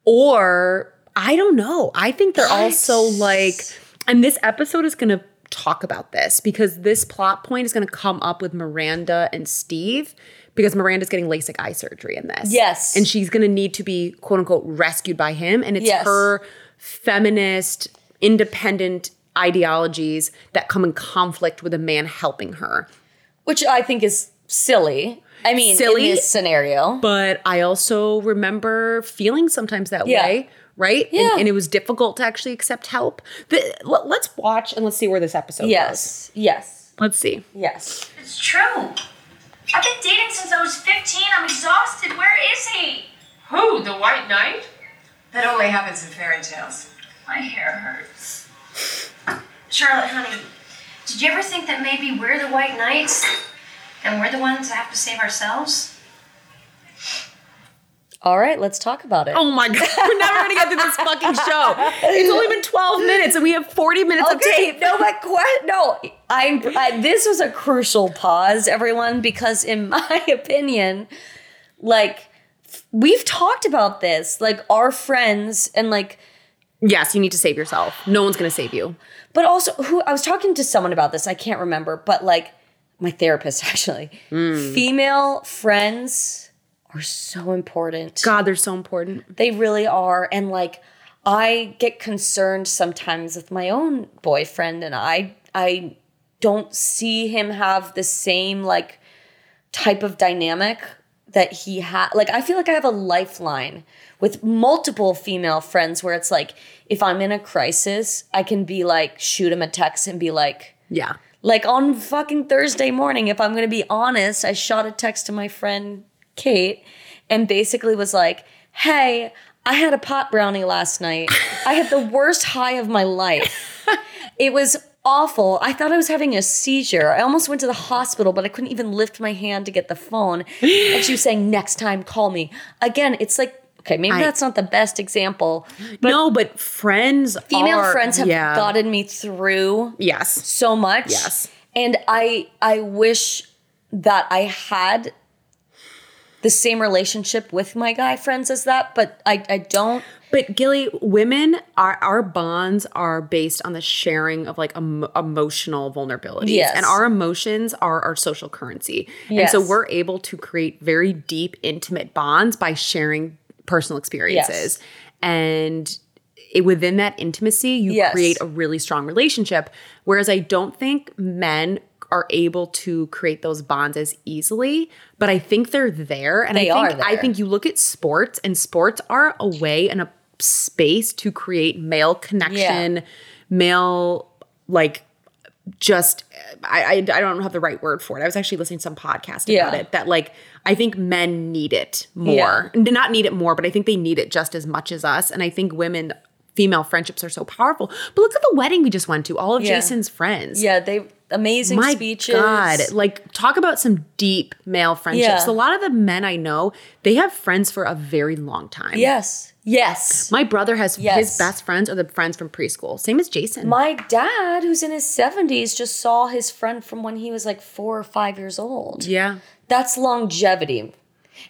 Or I don't know. I think they're also like, and this episode is going to talk about this because this plot point is going to come up with Miranda and Steve because Miranda's getting LASIK eye surgery in this.
Yes.
And she's going to need to be quote unquote rescued by him. And it's
Yes.
her feminist, independent ideologies that come in conflict with a man helping her.
which I think is silly. I mean,
Silly.
in this scenario.
but I also remember feeling sometimes that
Yeah.
way, right? And-
Yeah.
And, it was difficult to actually accept help. The- let- let's watch and let's see where this episode goes.
Yes. Yes.
Let's see.
Yes.
It's true. I've been dating since I was 15. I'm exhausted. Where is he?
Who? The White Knight?
That only happens in fairy tales.
My hair hurts. Charlotte, honey, did you ever think that maybe we're the White Knights and we're the ones that have to save ourselves?
All right, let's talk about it.
Oh my God, we're never gonna get through this fucking show. It's only been 12 minutes and we have 40 minutes of
okay.
tape.
No, but what? No, I'm. I, this was a crucial pause, everyone, because in my opinion, like we've talked about this, like our friends and like,
Yes, you need to save yourself. No one's gonna save you.
but also who I was talking to someone about this. I can't remember, but like my therapist actually, female friends are so important.
God, they're so important.
They really are. And like I get concerned sometimes with my own boyfriend and I I don't see him have the same like type of dynamic that he had like I feel like I have a lifeline with multiple female friends where it's like if I'm in a crisis I can be like shoot him a text and be like
Yeah.
like on fucking Thursday morning if I'm going to be honest I shot a text to my friend Kate and basically was like, hey, I had a pot brownie last night. I had the worst high of my life. It was awful. I thought I was having a seizure. I almost went to the hospital, but I couldn't even lift my hand to get the phone. And she was saying, next time, call me. Again, it's like, okay, maybe
I-
that's not the best example.
no, but friends,
Female
are-
friends have
yeah.
gotten me through
Yes.
so much.
Yes.
And I I wish that I had the same relationship with my guy friends as that, but I, I don't.
But Gilly, women are our bonds are based on the sharing of like emo- emotional vulnerabilities,
Yes.
and our emotions are our social currency,
Yes.
and so we're able to create very deep, intimate bonds by sharing personal experiences, and it, within that intimacy, you
Yes.
create a really strong relationship. Whereas I don't think men are able to create those bonds as easily, but I think they're there, and
They
I think
are
I
there.
think you look at sports and sports are a way and a space to create male connection male like just I, I i don't have the right word for it i was actually listening to some podcast about
Yeah.
it that like i think men need it more not need it more but i think they need it just as much as us and i think women female friendships are so powerful but look at the wedding we just went to all of
Yeah.
jason's friends
Yeah, they amazing
my
speeches.
God, like talk about some deep male friendships.
Yeah.
A lot of the men I know, they have friends for a very long time.
Yes. Yes.
My brother has
Yes.
his best friends are the friends from preschool. Same as Jason.
My dad, who's in his 70s, just saw his friend from when he was like four or five years old.
yeah.
That's longevity.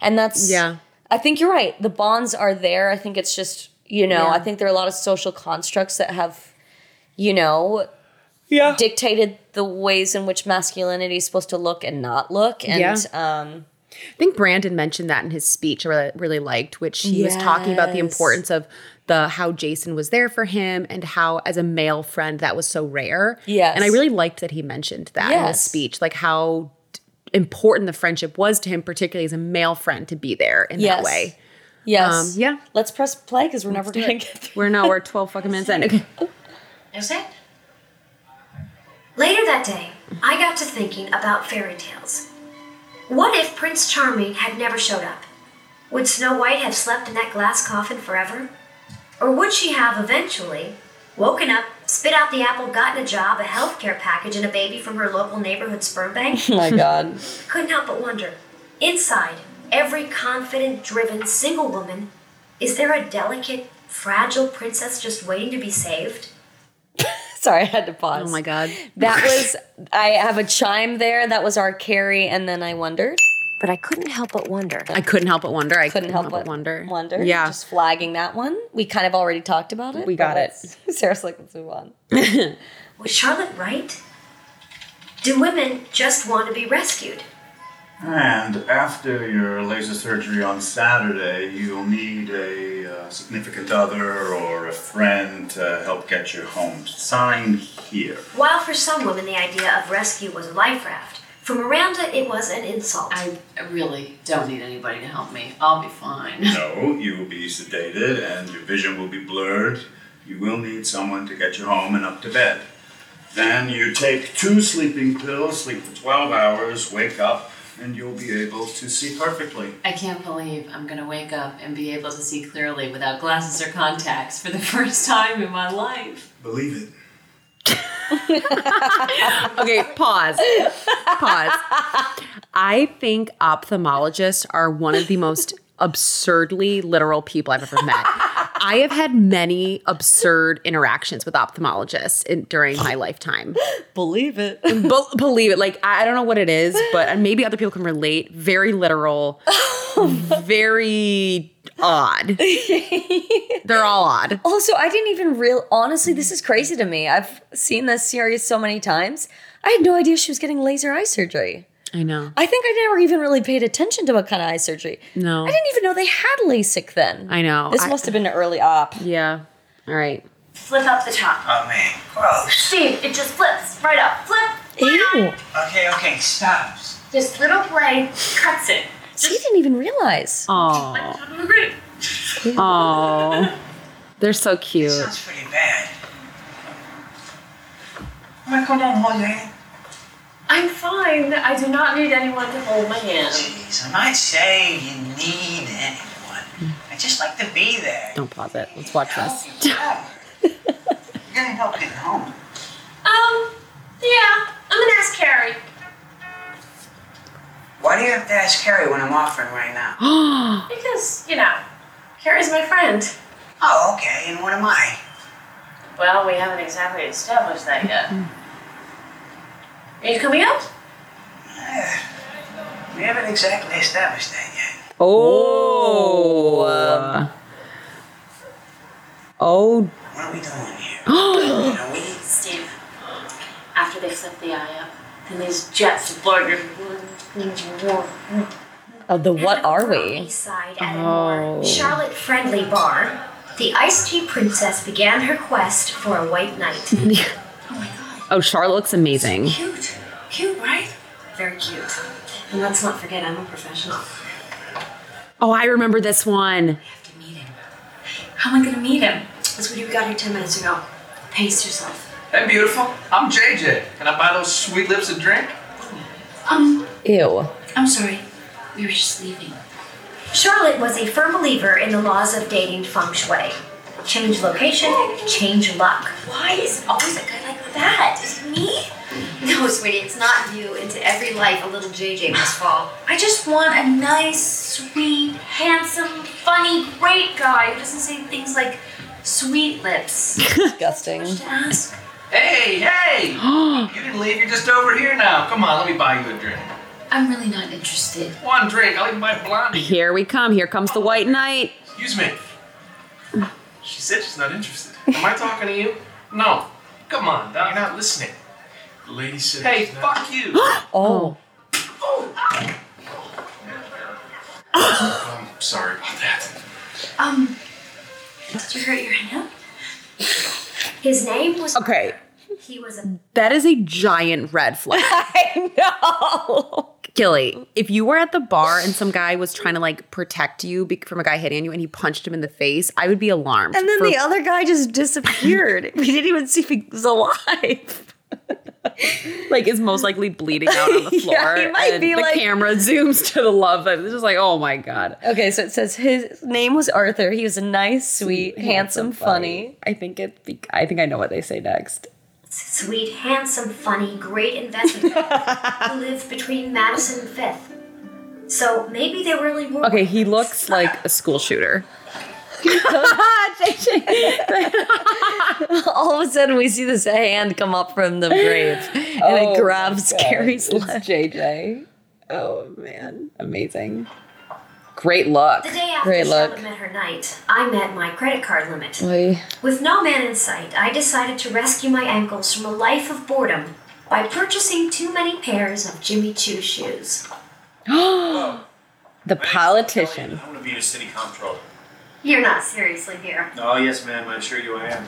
And that's,
Yeah.
I think you're right. The bonds are there. I think it's just, you know,
Yeah.
I think there are a lot of social constructs that have, you know,
Yeah.
dictated the ways in which masculinity is supposed to look and not look. And um,
I think Brandon mentioned that in his speech I really, really liked, which he was talking about the
Yes.
importance of the how Jason was there for him and how as a male friend that was so rare.
Yes.
And I really liked that he mentioned that in his
Yes.
speech, like how d- important the friendship was to him, particularly as a male friend to be there in that
Yes.
way.
yes.
Um, yeah.
Let's press play because we're never going to get through.
We're now we're 12 fucking minutes Oh in. Okay.
Is it?
Later that day, I got to thinking about fairy tales. What if Prince Charming had never showed up? Would Snow White have slept in that glass coffin forever? Or would she have eventually woken up, spit out the apple, gotten a job, a health care package, and a baby from her local neighborhood sperm bank?
Oh my God.
Couldn't help but wonder. Inside every confident, driven single woman, is there a delicate, fragile princess just waiting to be saved?
Sorry, I had to pause.
Oh my god.
That was, I have a chime there. That was our carry. And then I wondered.
But I couldn't help but wonder.
I couldn't help but wonder. I
couldn't help, but
wonder.
Wonder.
Yeah.
Just flagging that one. We kind of already talked about it.
We
but
got it.
let's- Sarah's like, let's move on.
Was Charlotte right? Do women just want to be rescued?
And after your laser surgery on Saturday, you'll need a uh, significant other or a friend to help get you home. Sign here.
While for some women the idea of rescue was a life raft, for Miranda it was an insult.
I really don't need anybody to help me. I'll be fine.
No, you will be sedated and your vision will be blurred. You will need someone to get you home and up to bed. Then you take two sleeping pills, sleep for 12 hours, wake up, and you'll be able to see perfectly.
I can't believe I'm gonna wake up and be able to see clearly without glasses or contacts for the first time in my life.
Believe it.
Okay, pause. pause. I think ophthalmologists are one of the most absurdly literal people I've ever met. I have had many absurd interactions with ophthalmologists in, during my lifetime.
Believe it.
Bo- believe it. Like I, I don't know what it is, but and maybe other people can relate. Very literal, very odd. They're all odd.
Also, I didn't even real. Honestly, this is crazy to me. I've seen this series so many times. I had no idea she was getting laser eye surgery.
I know.
I think I never even really paid attention to what kind of eye surgery.
No.
I didn't even know they had LASIK then.
I know.
This
I-
must have been an early op.
Yeah. All right.
Flip up the top.
Oh man, gross.
Steve, it just flips right up. Flip.
Ew.
Okay, okay, stop.
This little blade cuts it.
See, I didn't even realize.
Oh.
Great.
Oh. They're so cute.
Sounds pretty bad. My God, don't hold your hand.
I
I'm fine. I do not need anyone to hold my hand.
Jeez, I'm not saying you need anyone. I just like to be there.
Don't pause it. Let's watch this.
You're gonna help get home.
Um, yeah, I'm gonna ask Carrie.
Why do you have to ask Carrie when I'm offering right now?
because, you know, Carrie's my friend.
Oh, okay, and what am I?
Well, we haven't exactly established that yet. Are you coming up?
We haven't exactly established that yet.
Oh. Oh.
What are we doing here?
Are we- Steve, after they flip the eye up, then these jets blur your.
Of Uh, the what are we?
Oh. Charlotte Friendly Bar, the iced tea princess began her quest for a white knight.
Oh, Charlotte looks amazing.
Cute. Cute, right? Very cute. And let's not forget, I'm a professional.
Oh, I remember this one.
How am I gonna meet him? That's what you got here 10 minutes ago. Pace yourself.
Hey, beautiful. I'm JJ. Can I buy those sweet lips a drink?
Um,
Ew.
I'm sorry. We were just leaving. Charlotte was a firm believer in the laws of dating feng shui. Change location, change luck.
Why is always a guy like that? Is it me? No, sweetie, it's not you. Into every life, a little JJ must fall. I just want a nice, sweet, handsome, funny, great guy who doesn't say things like sweet lips.
Disgusting.
Ask.
Hey, hey! you didn't leave. You're just over here now. Come on, let me buy you a drink.
I'm really not interested.
One drink. I'll even buy blondie.
Here we come. Here comes the white knight.
Excuse me. She said she's not interested. Am I talking to you? No. Come on, Doc. You're not listening.
The lady said.
Hey, fuck you.
oh.
I'm Um, sorry about that.
Um, did you hurt your hand?
His name was.
Okay.
He was a.
That is a giant red flag.
I know.
Gilly, if you were at the bar and some guy was trying to like protect you be- from a guy hitting you and he punched him in the face, I would be alarmed.
And then
for-
the other guy just disappeared. we didn't even see if he was alive.
like is most likely bleeding out on the floor.
Yeah, he might
and
be
the
like-
camera zooms to the love. of- It's just like, oh my god.
Okay, so it says his name was Arthur. He was a nice, sweet, handsome, funny.
I think it. Be- I think I know what they say next.
Sweet, handsome, funny, great investment banker who lived between Madison and Fifth. So maybe they really were.
Okay, he looks like a school shooter.
All of a sudden, we see this hand come up from the grave, and
Oh my
it grabs
God.
Carrie's
It's
leg.
JJ. Oh man, amazing. Great look.
The day after
Great
Charlotte
look.
met her knight, I met my credit card limit.
Oy.
With no man in sight, I decided to rescue my ankles from a life of boredom by purchasing too many pairs of Jimmy Choo shoes.
The politician.
I'm going to be your city comptroller.
You're not seriously here.
Oh, yes, ma'am, I assure you I am.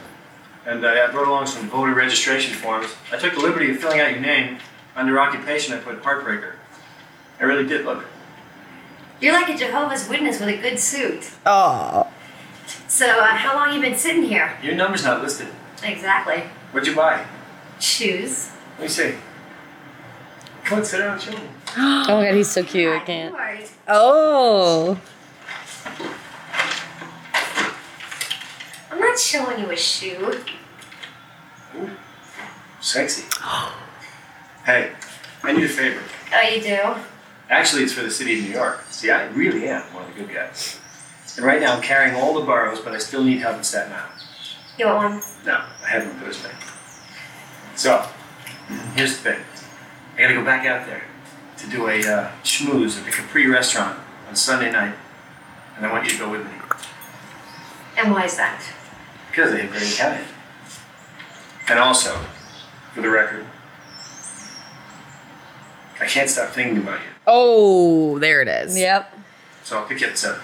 And uh, I brought along some voter registration forms. I took the liberty of filling out your name. Under occupation, I put heartbreaker. I really did look.
You're like a Jehovah's Witness with a good suit.
Oh.
So, uh, how long you been sitting here?
Your number's not listed.
Exactly.
What'd you buy?
Shoes.
Let me see. Come on, sit down and chill.
oh my god, he's so cute. I can't.
Alright.
Oh.
I'm not showing you a shoe.
Sexy. hey, I need a favor.
Oh, you do?
Actually, it's for the city of New York. See, I really am one of the good guys. And right now, I'm carrying all the boroughs, but I still need help in Staten Island.
You want one?
No, I had one Thursday. So, here's the thing. I gotta go back out there to do a uh, schmooze at the Capri restaurant on Sunday night, and I want you to go with me
And why is that?
because they have great Italian. And also, for the record, I can't stop thinking about you.
Oh, there it is.
Yep.
So I'll pick you up at seven.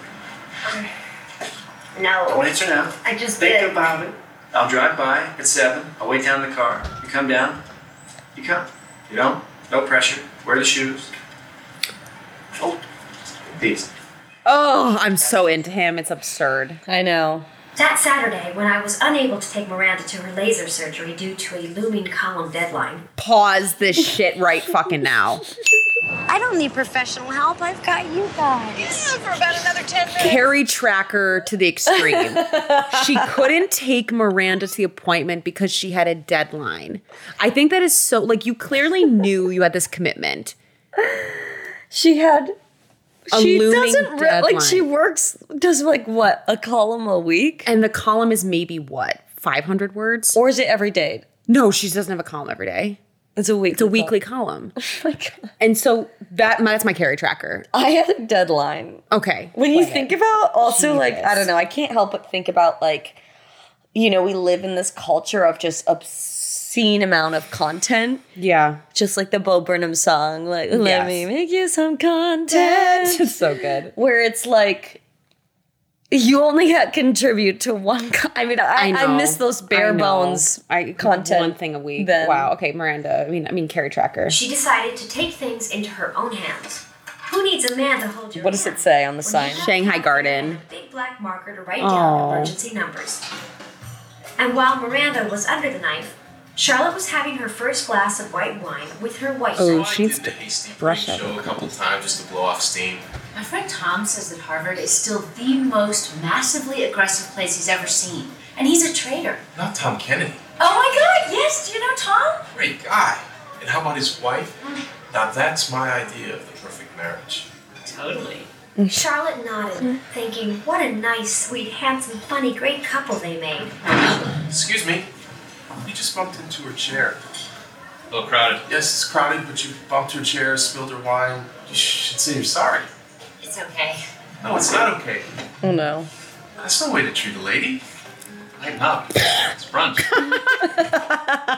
No.
Don't answer now.
I just
Think
did.
about it. I'll drive by at seven. I'll wait down in the car. You come down. You come. You don't. No pressure. Wear the shoes. Oh, these.
Oh, I'm so into him. It's absurd.
I know.
That Saturday, when I was unable to take Miranda to her laser surgery due to a looming column deadline.
Pause this shit right fucking now.
I don't need professional help. I've got you guys. Yeah,
for about another 10 minutes.
Carrie Tracker to the extreme. she couldn't take Miranda to the appointment because she had a deadline. I think that is so, like, you clearly knew you had this commitment.
She had.
A
she
looming
doesn't re- like she
deadline.
works does like what a column a week
and the column is maybe what 500 words
or is it every day
No, she doesn't have a column every day.
It's a weekly.
It's a weekly column. And so that my, that's my carry tracker.
I had a deadline.
Okay.
When you think about also like I don't know, I can't help but think about like you know, we live in this culture of just obscene amount of content.
Yeah.
Just like the Bo Burnham song like let
Yes.
me make you some content.
It's so good.
Where it's like you only ha- contribute to one. co- I mean, I, I, miss those bare bones
I,
content.
One thing a week.
then.
Wow. Okay, Miranda. I mean, I mean carry tracker.
She decided to take things into her own hands. Who needs a man to hold your
What does it say on the sign?
Shanghai Garden.
big black marker to write down
Aw.
emergency numbers? And while Miranda was under the knife, Charlotte was having her first glass of white wine with her white
Oh,
knife.
she needs to brush up.
Show a couple times just to blow off steam.
My friend Tom says that Harvard is still the most massively aggressive place he's ever seen, and he's a traitor.
Not Tom Kennedy.
Oh my God! Yes, do you know Tom?
Great guy. And how about his wife? Now that's my idea of the perfect marriage.
Totally.
Charlotte
Mm.
nodded, thinking, what a nice, sweet, handsome, funny, great couple they made.
Excuse me. You just bumped into her chair. A little crowded. Yes, it's crowded, but you bumped her chair, spilled her wine. You should say you're sorry.
It's okay.
No, it's not okay.
Oh no.
That's no way to treat a lady. Lighten up. It's brunch.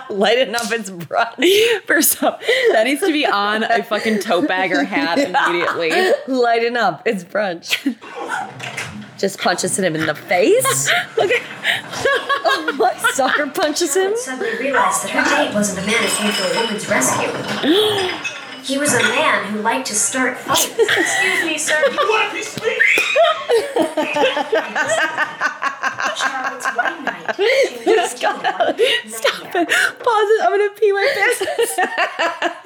Lighten up its breath.
First up, that needs to be on a fucking tote bag or hat immediately.
Lighten up. It's brunch. Just punches him in the face. Look at what soccer punches him.
Suddenly realized that her date wasn't a man who came to a woman's rescue. He was a man who liked to start fights.
Excuse me, sir. You want a piece of meat?
Charlotte's white knife.
Just gotta- Stop it. Pause it. I'm gonna pee my pants.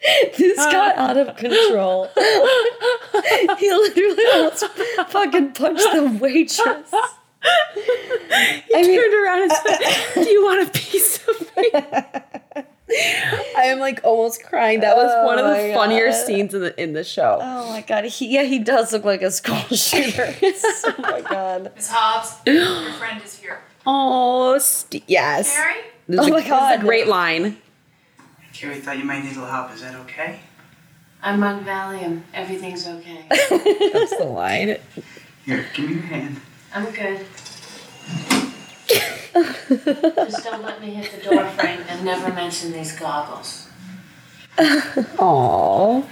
Uh.
This got out of control. he literally almost fucking punched the waitress. Oh
He turned around and said, "Do you want a piece of me?" I am like almost crying. That was
Oh
one of
my
the
God.
funnier scenes in the in the show.
Oh my god. He, yeah, he does look like a school shooter. oh my god.
Miss Hobbs, your friend is here.
Oh, st- yes.
Carrie?
This
Oh
is a-
my
this is a
God.
great line.
Carrie thought you might need a little help. Is that okay?
I'm on Valium. Everything's okay.
That's the line.
Here, give me your hand.
I'm good. Just don't let me hit the door frame and never mention these goggles.
Aww.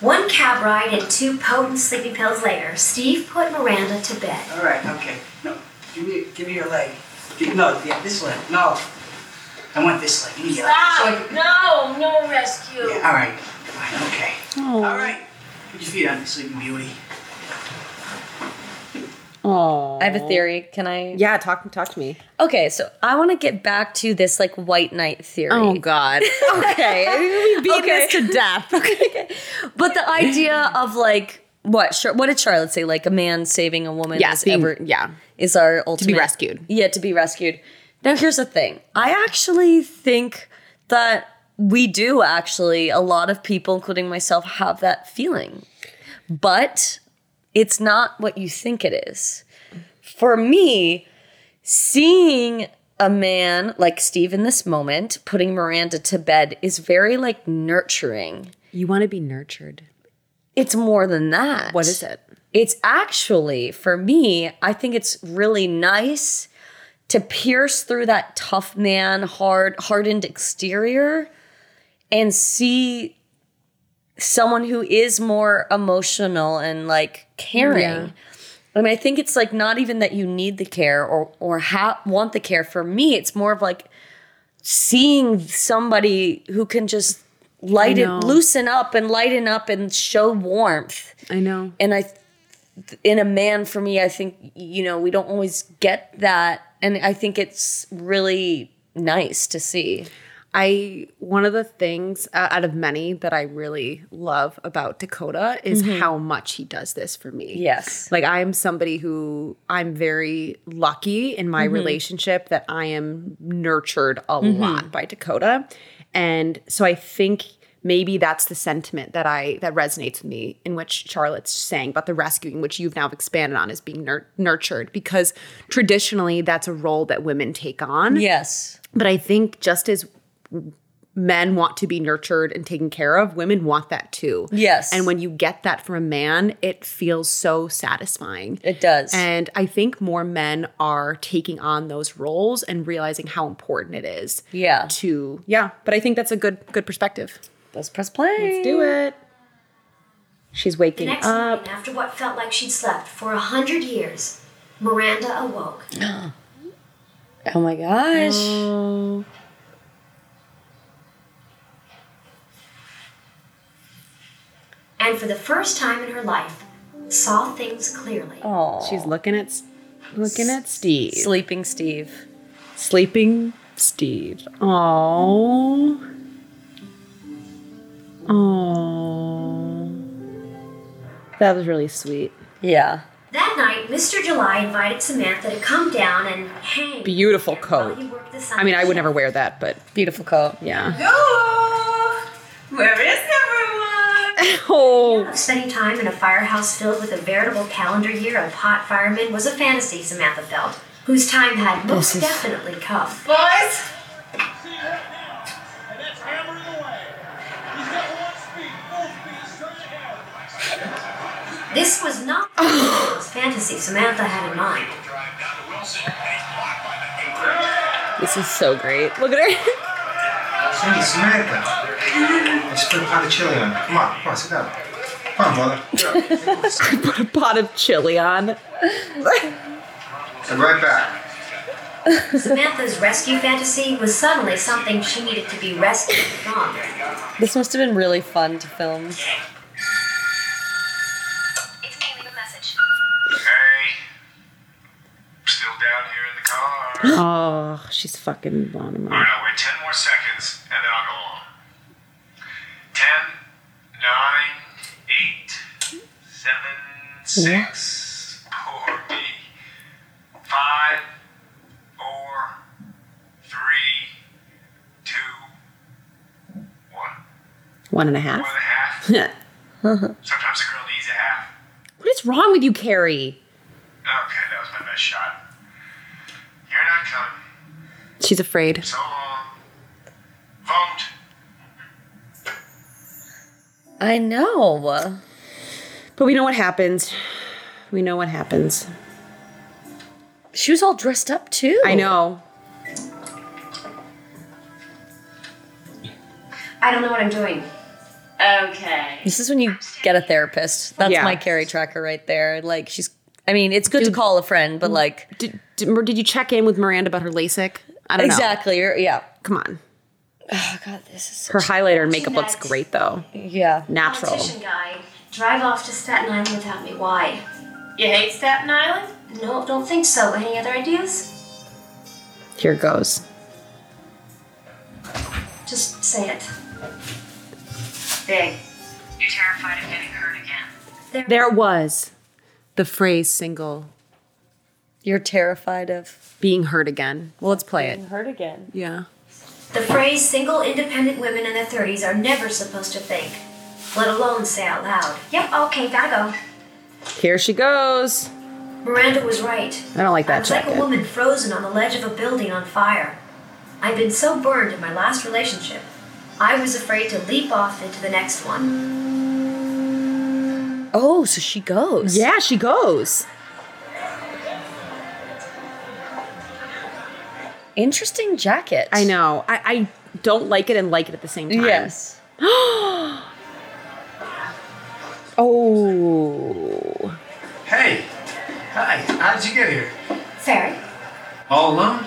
One cab ride and two potent sleeping pills later, Steve put Miranda to bed.
All right, okay. No, give me, give me your leg. Give, no, yeah, this leg. No, I want this leg. Give me your leg. So I
Stop!
can-
No, no rescue.
Yeah, all right, fine, okay. All right, put your feet on, Sleeping Beauty.
Aww.
I have a theory. Can I?
Yeah, talk talk to me.
Okay, so I want to get back to this like white knight theory.
Oh God. Okay, we beat this to death.
But the idea of like what Char- what did Charlotte say? Like a man saving a woman
Yes,
is
being-
ever
yeah.
is our ultimate
rescued.
Yeah, to be rescued. Now here's the thing. I actually think that we do actually a lot of people, including myself, have that feeling, but it's not what you think it is. For me, seeing a man like Steve in this moment putting Miranda to bed is very like nurturing.
You want to be nurtured.
It's more than that.
What is it?
It's actually, for me, I think it's really nice to pierce through that tough man, hard, hardened exterior and see someone who is more emotional and like caring.
Yeah.
I mean, I think it's like not even that you need the care or or ha- want the care. For me, it's more of like seeing somebody who can just light
I
it,
know.
loosen up, and lighten up, and show warmth.
I know.
And I in a man for me i think you know we don't always get that and i think it's really nice to see
I one of the things uh, out of many that I really love about Dakota is
Mhm.
how much he does this for me.
Yes.
Like I am somebody who I'm very lucky in my
Mhm.
relationship that I am nurtured a
Mhm.
lot by Dakota. And so I think maybe that's the sentiment that I that resonates with me in which Charlotte's saying about the rescuing which you've now expanded on as being nur- nurtured because traditionally that's a role that women take on.
Yes.
But I think just as men want to be nurtured and taken care of, women want that too.
Yes.
And when you get that from a man, it feels so satisfying.
It does.
And I think more men are taking on those roles and realizing how important it is.
Yeah.
To yeah, but I think that's a good good perspective.
Let's press play.
Let's do it. She's
The
waking
next
up.
morning, after what felt like she'd slept for a hundred years, Miranda awoke.
Oh my gosh.
and for the first time in her life, saw things clearly.
Oh.
She's looking at S- looking at Steve.
Sleeping Steve.
Sleeping Steve. Oh. Oh. That was really sweet.
Yeah.
That night, Mr. July invited Samantha to come down and hang.
Beautiful coat. I mean, I would never wear that, but
beautiful coat.
Yeah.
Hello!
Where is
everyone?
Oh.
Spending time in a firehouse filled with a veritable calendar year of hot firemen was a fantasy, Samantha felt, whose time had most
This is-
definitely come.
Boys!
This was not the fantasy Samantha had in mind.
This is so great. Look at her.
Hey, Samantha. Let's put a pot of chili on. Come on, come on, sit down. Come on, mother.
Put a pot of chili on.
I'm right back.
Samantha's rescue fantasy was suddenly something she needed to be rescued from.
This must have been really fun to film.
Still down here in the car.
oh, she's fucking on him.
All right, I'll wait 10 more seconds and then I'll go on. 10, 9, 8, 7, 6, poor me. 5, 4, 3, 2, 1.
One and a
One
half.
and a half. Sometimes a girl needs a half.
what is wrong with you, Carrie?
Okay, that was my best shot. You're not coming.
She's afraid.
So long. Vote.
I know.
But we know what happens. We know what happens.
She was all dressed up too.
I know.
I don't know what I'm doing.
Okay.
This is when you get a therapist. That's my carry tracker right there. Like she's I mean, it's good to call a friend,
Mm-hmm.
but like
did, did, or did you check in with Miranda about her LASIK? I don't
exactly. Or, yeah.
know. Come on.
Oh god, this is
Her highlighter and makeup looks great though.
Yeah.
Natural.
Politician guy, drive off to Staten Island without me. Why?
You hate Staten Island?
No, don't think so. Any other ideas?
Here goes.
Just say it.
Big. You're terrified of getting hurt again.
There it was. The phrase single
You're terrified of
being hurt again. Well, let's play it.
hurt again.
Yeah.
The phrase single independent women in their 30s are never supposed to think, let alone say out loud. Yep, okay, gotta
Here she goes.
go. Miranda was right.
I don't like
I
that
was like a
jacket.
woman frozen on the ledge of a building on fire. I'd been so burned in my last relationship, I was afraid to leap off into the next one.
Oh, so she goes.
Yeah, she goes.
Interesting jacket.
I know. I, I don't like it and like it at the same time.
Yes.
oh.
Hey! Hi, how did you get here?
Ferry,
All alone?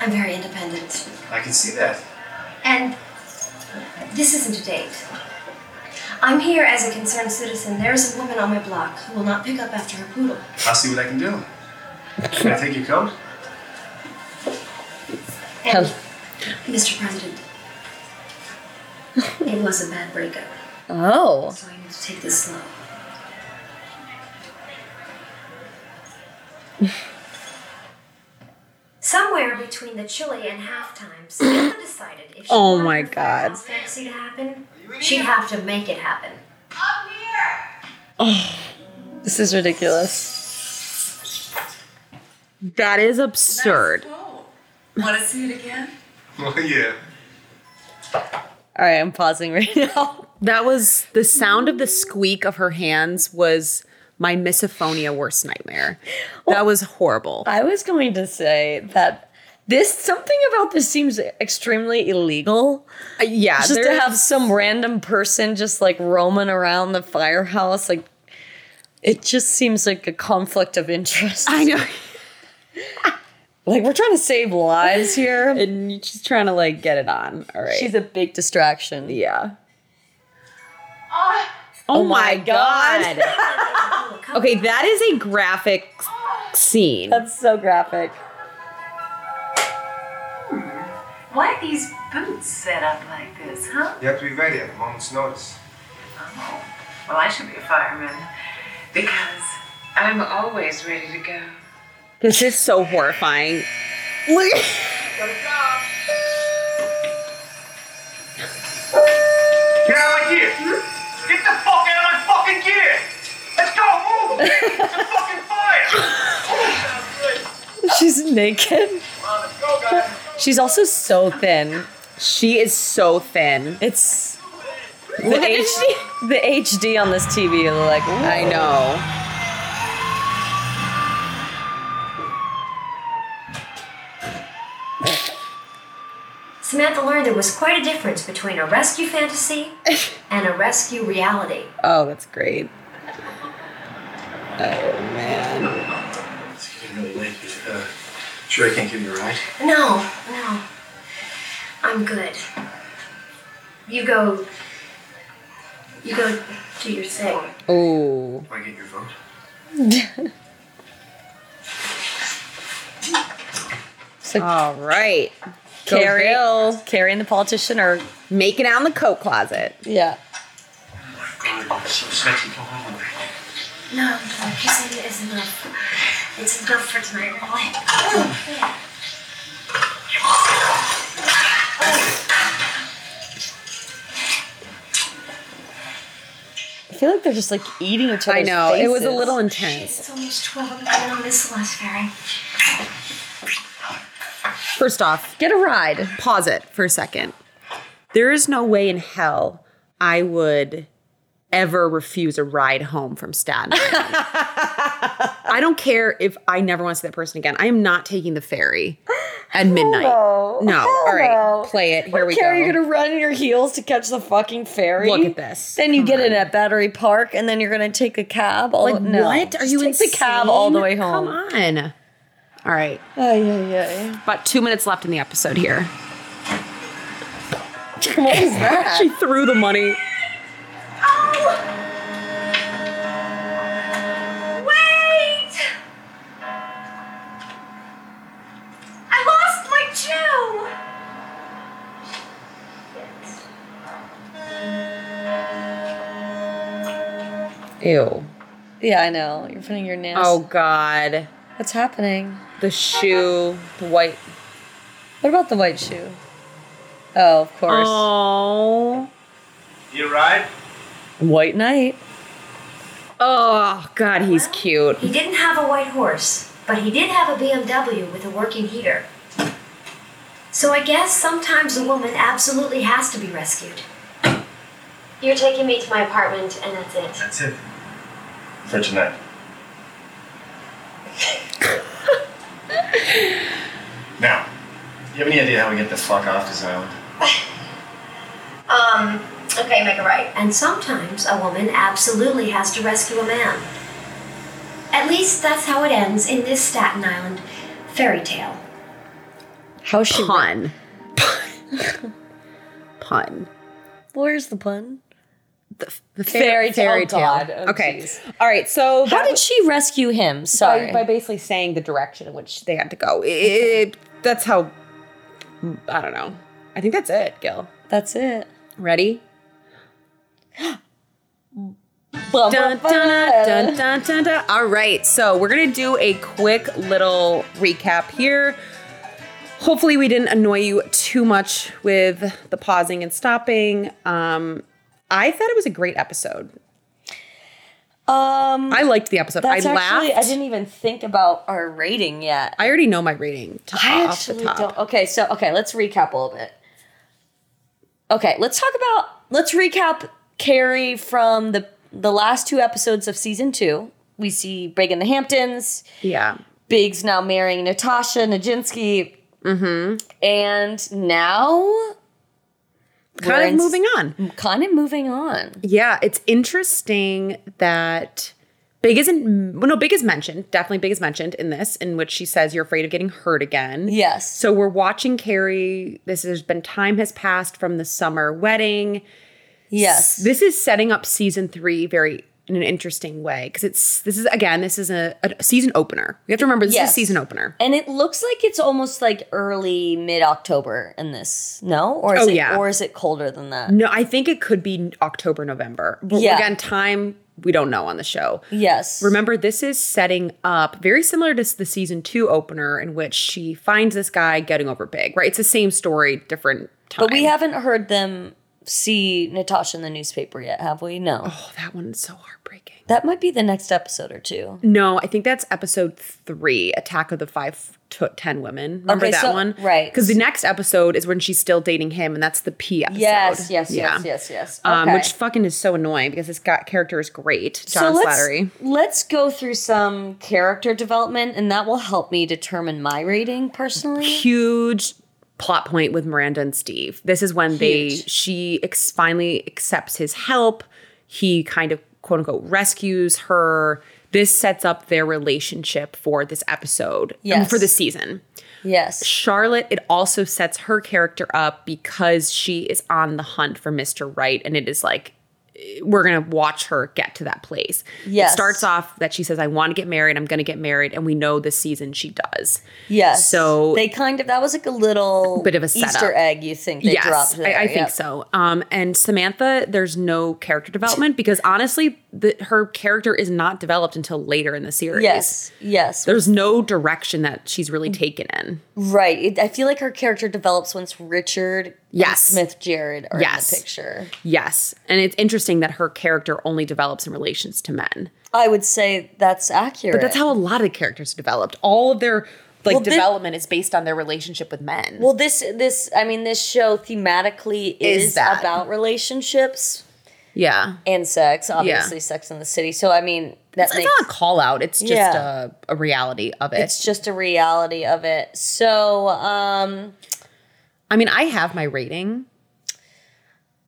I'm very independent.
I can see that.
And this isn't a date.
I'm here as a concerned citizen. There is a woman on my block who will not pick up after her poodle.
I'll see what I can do. Can I take your coat?
And, Mr. President, it was a bad breakup.
Oh.
So I need to take this slow. Somewhere between the chili and half times, Samantha decided if she
Oh
wanted
my
her
God.
final fantasy to happen, she'd have to make it happen.
This is ridiculous.
That is absurd.
Want to see it again?
Well, yeah.
All right, I'm pausing right now.
That was the sound of the squeak of her hands was my misophonia worst nightmare. That was horrible.
I was going to say that this something about this seems extremely illegal.
yeah,
just to
Uh, there-
have some random person just like roaming around the firehouse, like it just seems like a conflict of interest. I
know.
like we're trying to save lives here,
and she's trying to like get it on. All right,
she's a big distraction.
Yeah. Oh, my god. okay, that is a graphic scene.
That's so graphic.
Why are these boots set up like this, huh?
You have to be ready at a moment's notice.
Well, I should be a fireman because I'm always ready to go.
This is so horrifying. Look.
Get out of my gear! Get the fuck out of my fucking gear! Let's go, move! It's a fucking fire!
She's naked.
She's also so thin. She is so thin.
It's The, HD, the HD on this TV is like,
I know.
Samantha learned there was quite a difference between a rescue fantasy and a rescue reality.
Oh, that's great. Oh man.
It's getting really late. Uh, sure, I can't give you a ride.
No, no. I'm good. You go. You go do your thing.
Oh.
Do I get your vote?
All right. Go
Carrie,
Bill.
Carrie and the politician are
making out in the coat closet.
Yeah.
God, it's so sexy. Go home with me.
No, no, kissing is enough. It's enough for tonight, really. Oh, yeah.
I feel like they're just like eating each
I
other's
know. It was a
faces.
little intense.
It's almost 12 and I don't miss less very.
First off,
get a ride.
Pause it for a second. There is no way in hell I would ever refuse a ride home from Staten Island. I don't care if I never want to see that person again. I am not taking the ferry at midnight.
no.
No.
Hell
All right.
no.
Play it. Here we
Carrie,
go.
you're gonna run in your heels to catch the fucking ferry.
Look at this.
Then you get in at Battery Park, and then you're gonna take a cab. All
Like,
no.
what? Are
Just
you
take the cab all the way home?
Come on. All right.
Oh yeah, yeah.
About two minutes left in the episode here.
What was that?
she threw the money.
Oh!
Wait! I lost my chew!
Ew.
Yeah, I know. You're putting your nails.
Oh God.
what's happening?
The shoe, the white.
What about the white shoe? Oh, of course.
Oh.
You ride?
White Knight.
Oh God, he's cute.
He didn't have a white horse, but he did have a BMW with a working heater. So I guess sometimes a woman absolutely has to be rescued. You're taking me to my apartment, and that's it.
That's it. For tonight.
Now, do you have any idea how we get the fuck off this island?
Um, okay, make a right. And sometimes a woman absolutely has to rescue a man. At least that's how it ends in this Staten Island fairy tale.
How she
pun? Pun.
Where's the pun?
the, the fairy,
Fairy tale. Oh, God. Oh,
okay.
geez.
All right. So
How did she rescue him? Sorry.
by, by basically saying the direction in which they had to go. It- it- that's how. I don't know. I think that's it, Gil.
That's it.
Ready? Dun,
Bum, bum,
dun,
bum.
dun, dun, dun, dun. All right, so we're gonna do a quick little recap here. Hopefully, we didn't annoy you too much with the pausing and stopping. Um, I thought it was a great episode.
Um,
I liked the episode.
That's
I laughed.
actually, I didn't even think about our rating yet.
I already know my rating. To,
I
off the
actually
top.
don't. Okay, so okay, let's recap a little bit. Okay, let's talk about let's recap Carrie from the the last two episodes of season two. We see Brig in the Hamptons.
Yeah.
Big's now marrying Natasha Nijinsky. Mm-hmm. And now
Kind
we're
of
in-
moving on.
Kind of moving on.
Yeah, it's interesting that Big isn't. Well, no, Big is mentioned. Definitely, Big is mentioned in this, in which she says you're afraid of getting hurt again.
Yes.
So we're watching Carrie. This has been time has passed from the summer wedding.
Yes.
S- this is setting up season three very in an interesting way because it's this is again this is a, a season opener. We have to remember this is
Yes.
a season opener.
And it looks like it's almost like early mid October in this. No? Or is
Oh,
it
yeah. Mm-hmm.
or is it colder than that?
No, I think it could be October, November. But
Yeah.
again, time we don't know on the show.
Yes.
Remember, this is setting up very similar to the season two opener in which she finds this guy getting over big, right? It's the same story, different time.
But we haven't heard them see Natasha in the newspaper yet, have we? No. Oh,
that one's so heartbreaking.
That might be the next episode or two.
No, I think that's episode three, Attack of the Five to Ten Women. Remember
Okay,
that
so-
one?
right.
Because the next episode is when she's still dating him, and that's the P episode.
Yes, yes,
Yeah.
yes, yes, yes.
Um,
Okay.
which fucking is so annoying because this guy, character is great.
So
John
let's-
Slattery.
Let's go through some character development, and that will help me determine my rating personally.
huge plot point with Miranda and Steve. This is when they
Huge.
she ex- finally accepts his help. He kind of quote unquote rescues her. This sets up their relationship for this episode and
Yes.
for the season.
Yes.
Charlotte, it also sets her character up because she is on the hunt for Mr. Right and it is like eh, we're going to watch her get to that place.
Yes.
It starts off that she says I want to get married, I'm going to get married and we know this season she does.
Yes.
So
they kind of that was like a little
Bit of a
Easter
setup.
egg. You think they
yes,
dropped?
I,
there,
I think
yep.
so. Um, and Samantha, there's no character development because honestly, the, her character is not developed until later in the series.
Yes. Mm. Yes.
There's no direction that she's really taken in.
Right. It, I feel like her character develops once Richard and
Yes.
Smith Jared are
Yes.
in the picture.
Yes. And it's interesting that her character only develops in relations to men.
I would say that's accurate.
But that's how a lot of the characters are developed. All of their like
Well, thi-
development is based on their relationship with men.
Well, this this I mean this show thematically
Is
is,
that.
about relationships
yeah.
and sex, obviously Sex in the City. So I mean that
it's, it's
makes
not a call out. It's just
Yeah.
a, a reality of it.
it's just a reality of it. So um
I mean, I have my rating.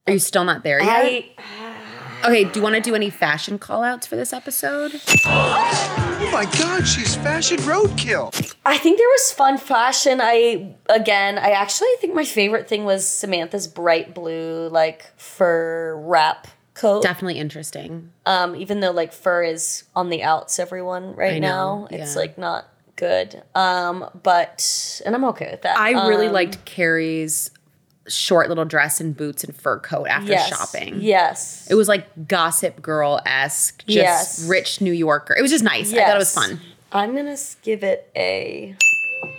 Are you still not there yet?
I
okay, do you want to do any fashion call outs for this episode?
Oh my god, she's fashion roadkill.
I think there was fun fashion. I again, I actually think my favorite thing was Samantha's bright blue like fur wrap coat.
Definitely interesting.
Um, even though like fur is on the outs, everyone right
I know,
now, it's
yeah.
like not good. Um, but and I'm okay with that.
I really
Um,
liked Carrie's short little dress and boots and fur coat after
yes,
shopping.
Yes.
It was like gossip girl esque, just
Yes.
rich New Yorker. It was just nice. I thought it was
Yes.
fun.
I'm gonna s- give it a.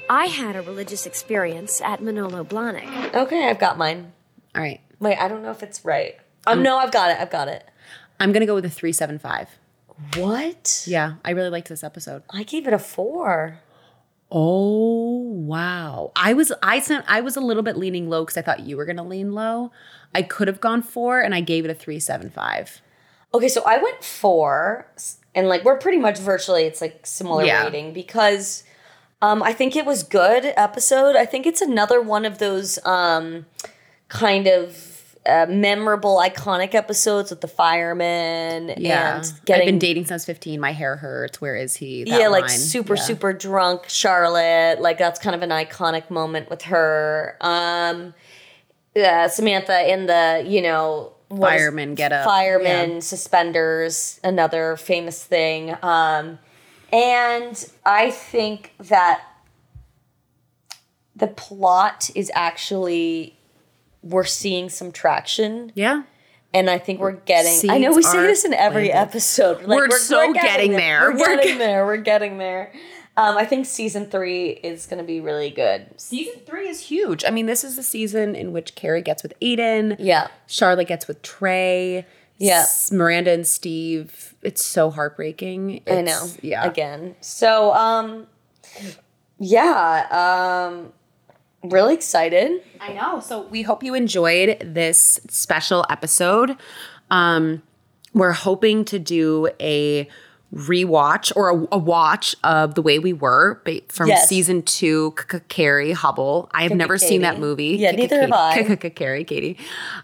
I had a religious experience at Manolo Blahnik.
Okay, I've got mine.
All right.
Wait, I don't know if it's right. Um,
Um,
no, I've got it. I've got it.
I'm gonna go with a three seven five.
What?
Yeah, I really liked this episode.
I gave it a four.
Oh wow! I was I sent I was a little bit leaning low because I thought you were gonna lean low. I could have gone four, and I gave it a three seven five.
Okay, so I went four, s- and like we're pretty much virtually it's like similar
Yeah.
rating because um, I think it was good episode. I think it's another one of those um, kind of uh, memorable, iconic episodes with the firemen
Yeah,
and getting
I've been dating since I was fifteen. My hair hurts. Where is he? That
yeah, like
line.
super
Yeah.
super drunk Charlotte. Like that's kind of an iconic moment with her. Um, uh, Samantha in the you know what is-
Firemen get up.
Firemen,
Yeah.
suspenders, another famous thing. Um, and I think that the plot is actually we're seeing some traction.
Yeah.
And I think we're getting. I know
Seeds
we say
are
this in every
planted.
episode.
We're so getting there.
We're,
We're
getting there. We're getting there. Um, I think season three is going to be really good.
Season three is huge. I mean, this is the season in which Carrie gets with Aiden.
Yeah.
Charlotte gets with Trey.
Yeah.
S- Miranda and Steve. It's so heartbreaking.
I know.
It's- Yeah.
Again. So, um, yeah, um, really excited.
I know. So we hope you enjoyed this special episode. Um, we're hoping to do a rewatch or a, a watch of the way we were ba- from
Yes.
season two K- K- carrie hubble i have never seen that
Katie.
movie
Yeah, neither have I.
K- carrie katie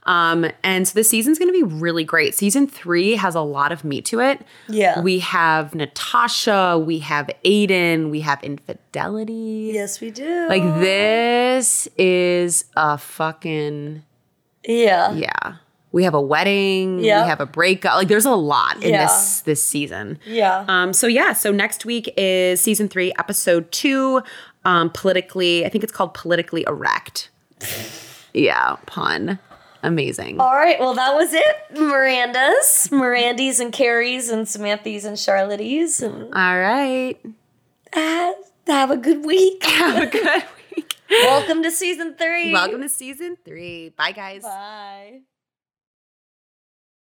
um, and so this season's going to be really great season three has a lot of meat to it
Yeah.
we have natasha we have aiden we have infidelity
Yes, we do.
like this is a fucking
Yeah.
yeah. We have a wedding.
Yeah.
We have a breakup. Like there's a lot in
Yeah.
this this season.
Yeah.
Um. So yeah. So next week is season three, episode two. Um. Politically, I think it's called politically erect. yeah. Pun. Amazing.
All right. Well, that was it. Miranda's, Mirandy's, and Carrie's, and Samantha's, and Charlotte's. And
All right. Uh,
Ah, have a good week. Have
a good
week. Welcome to season three.
Welcome to season three. Bye, guys. Bye.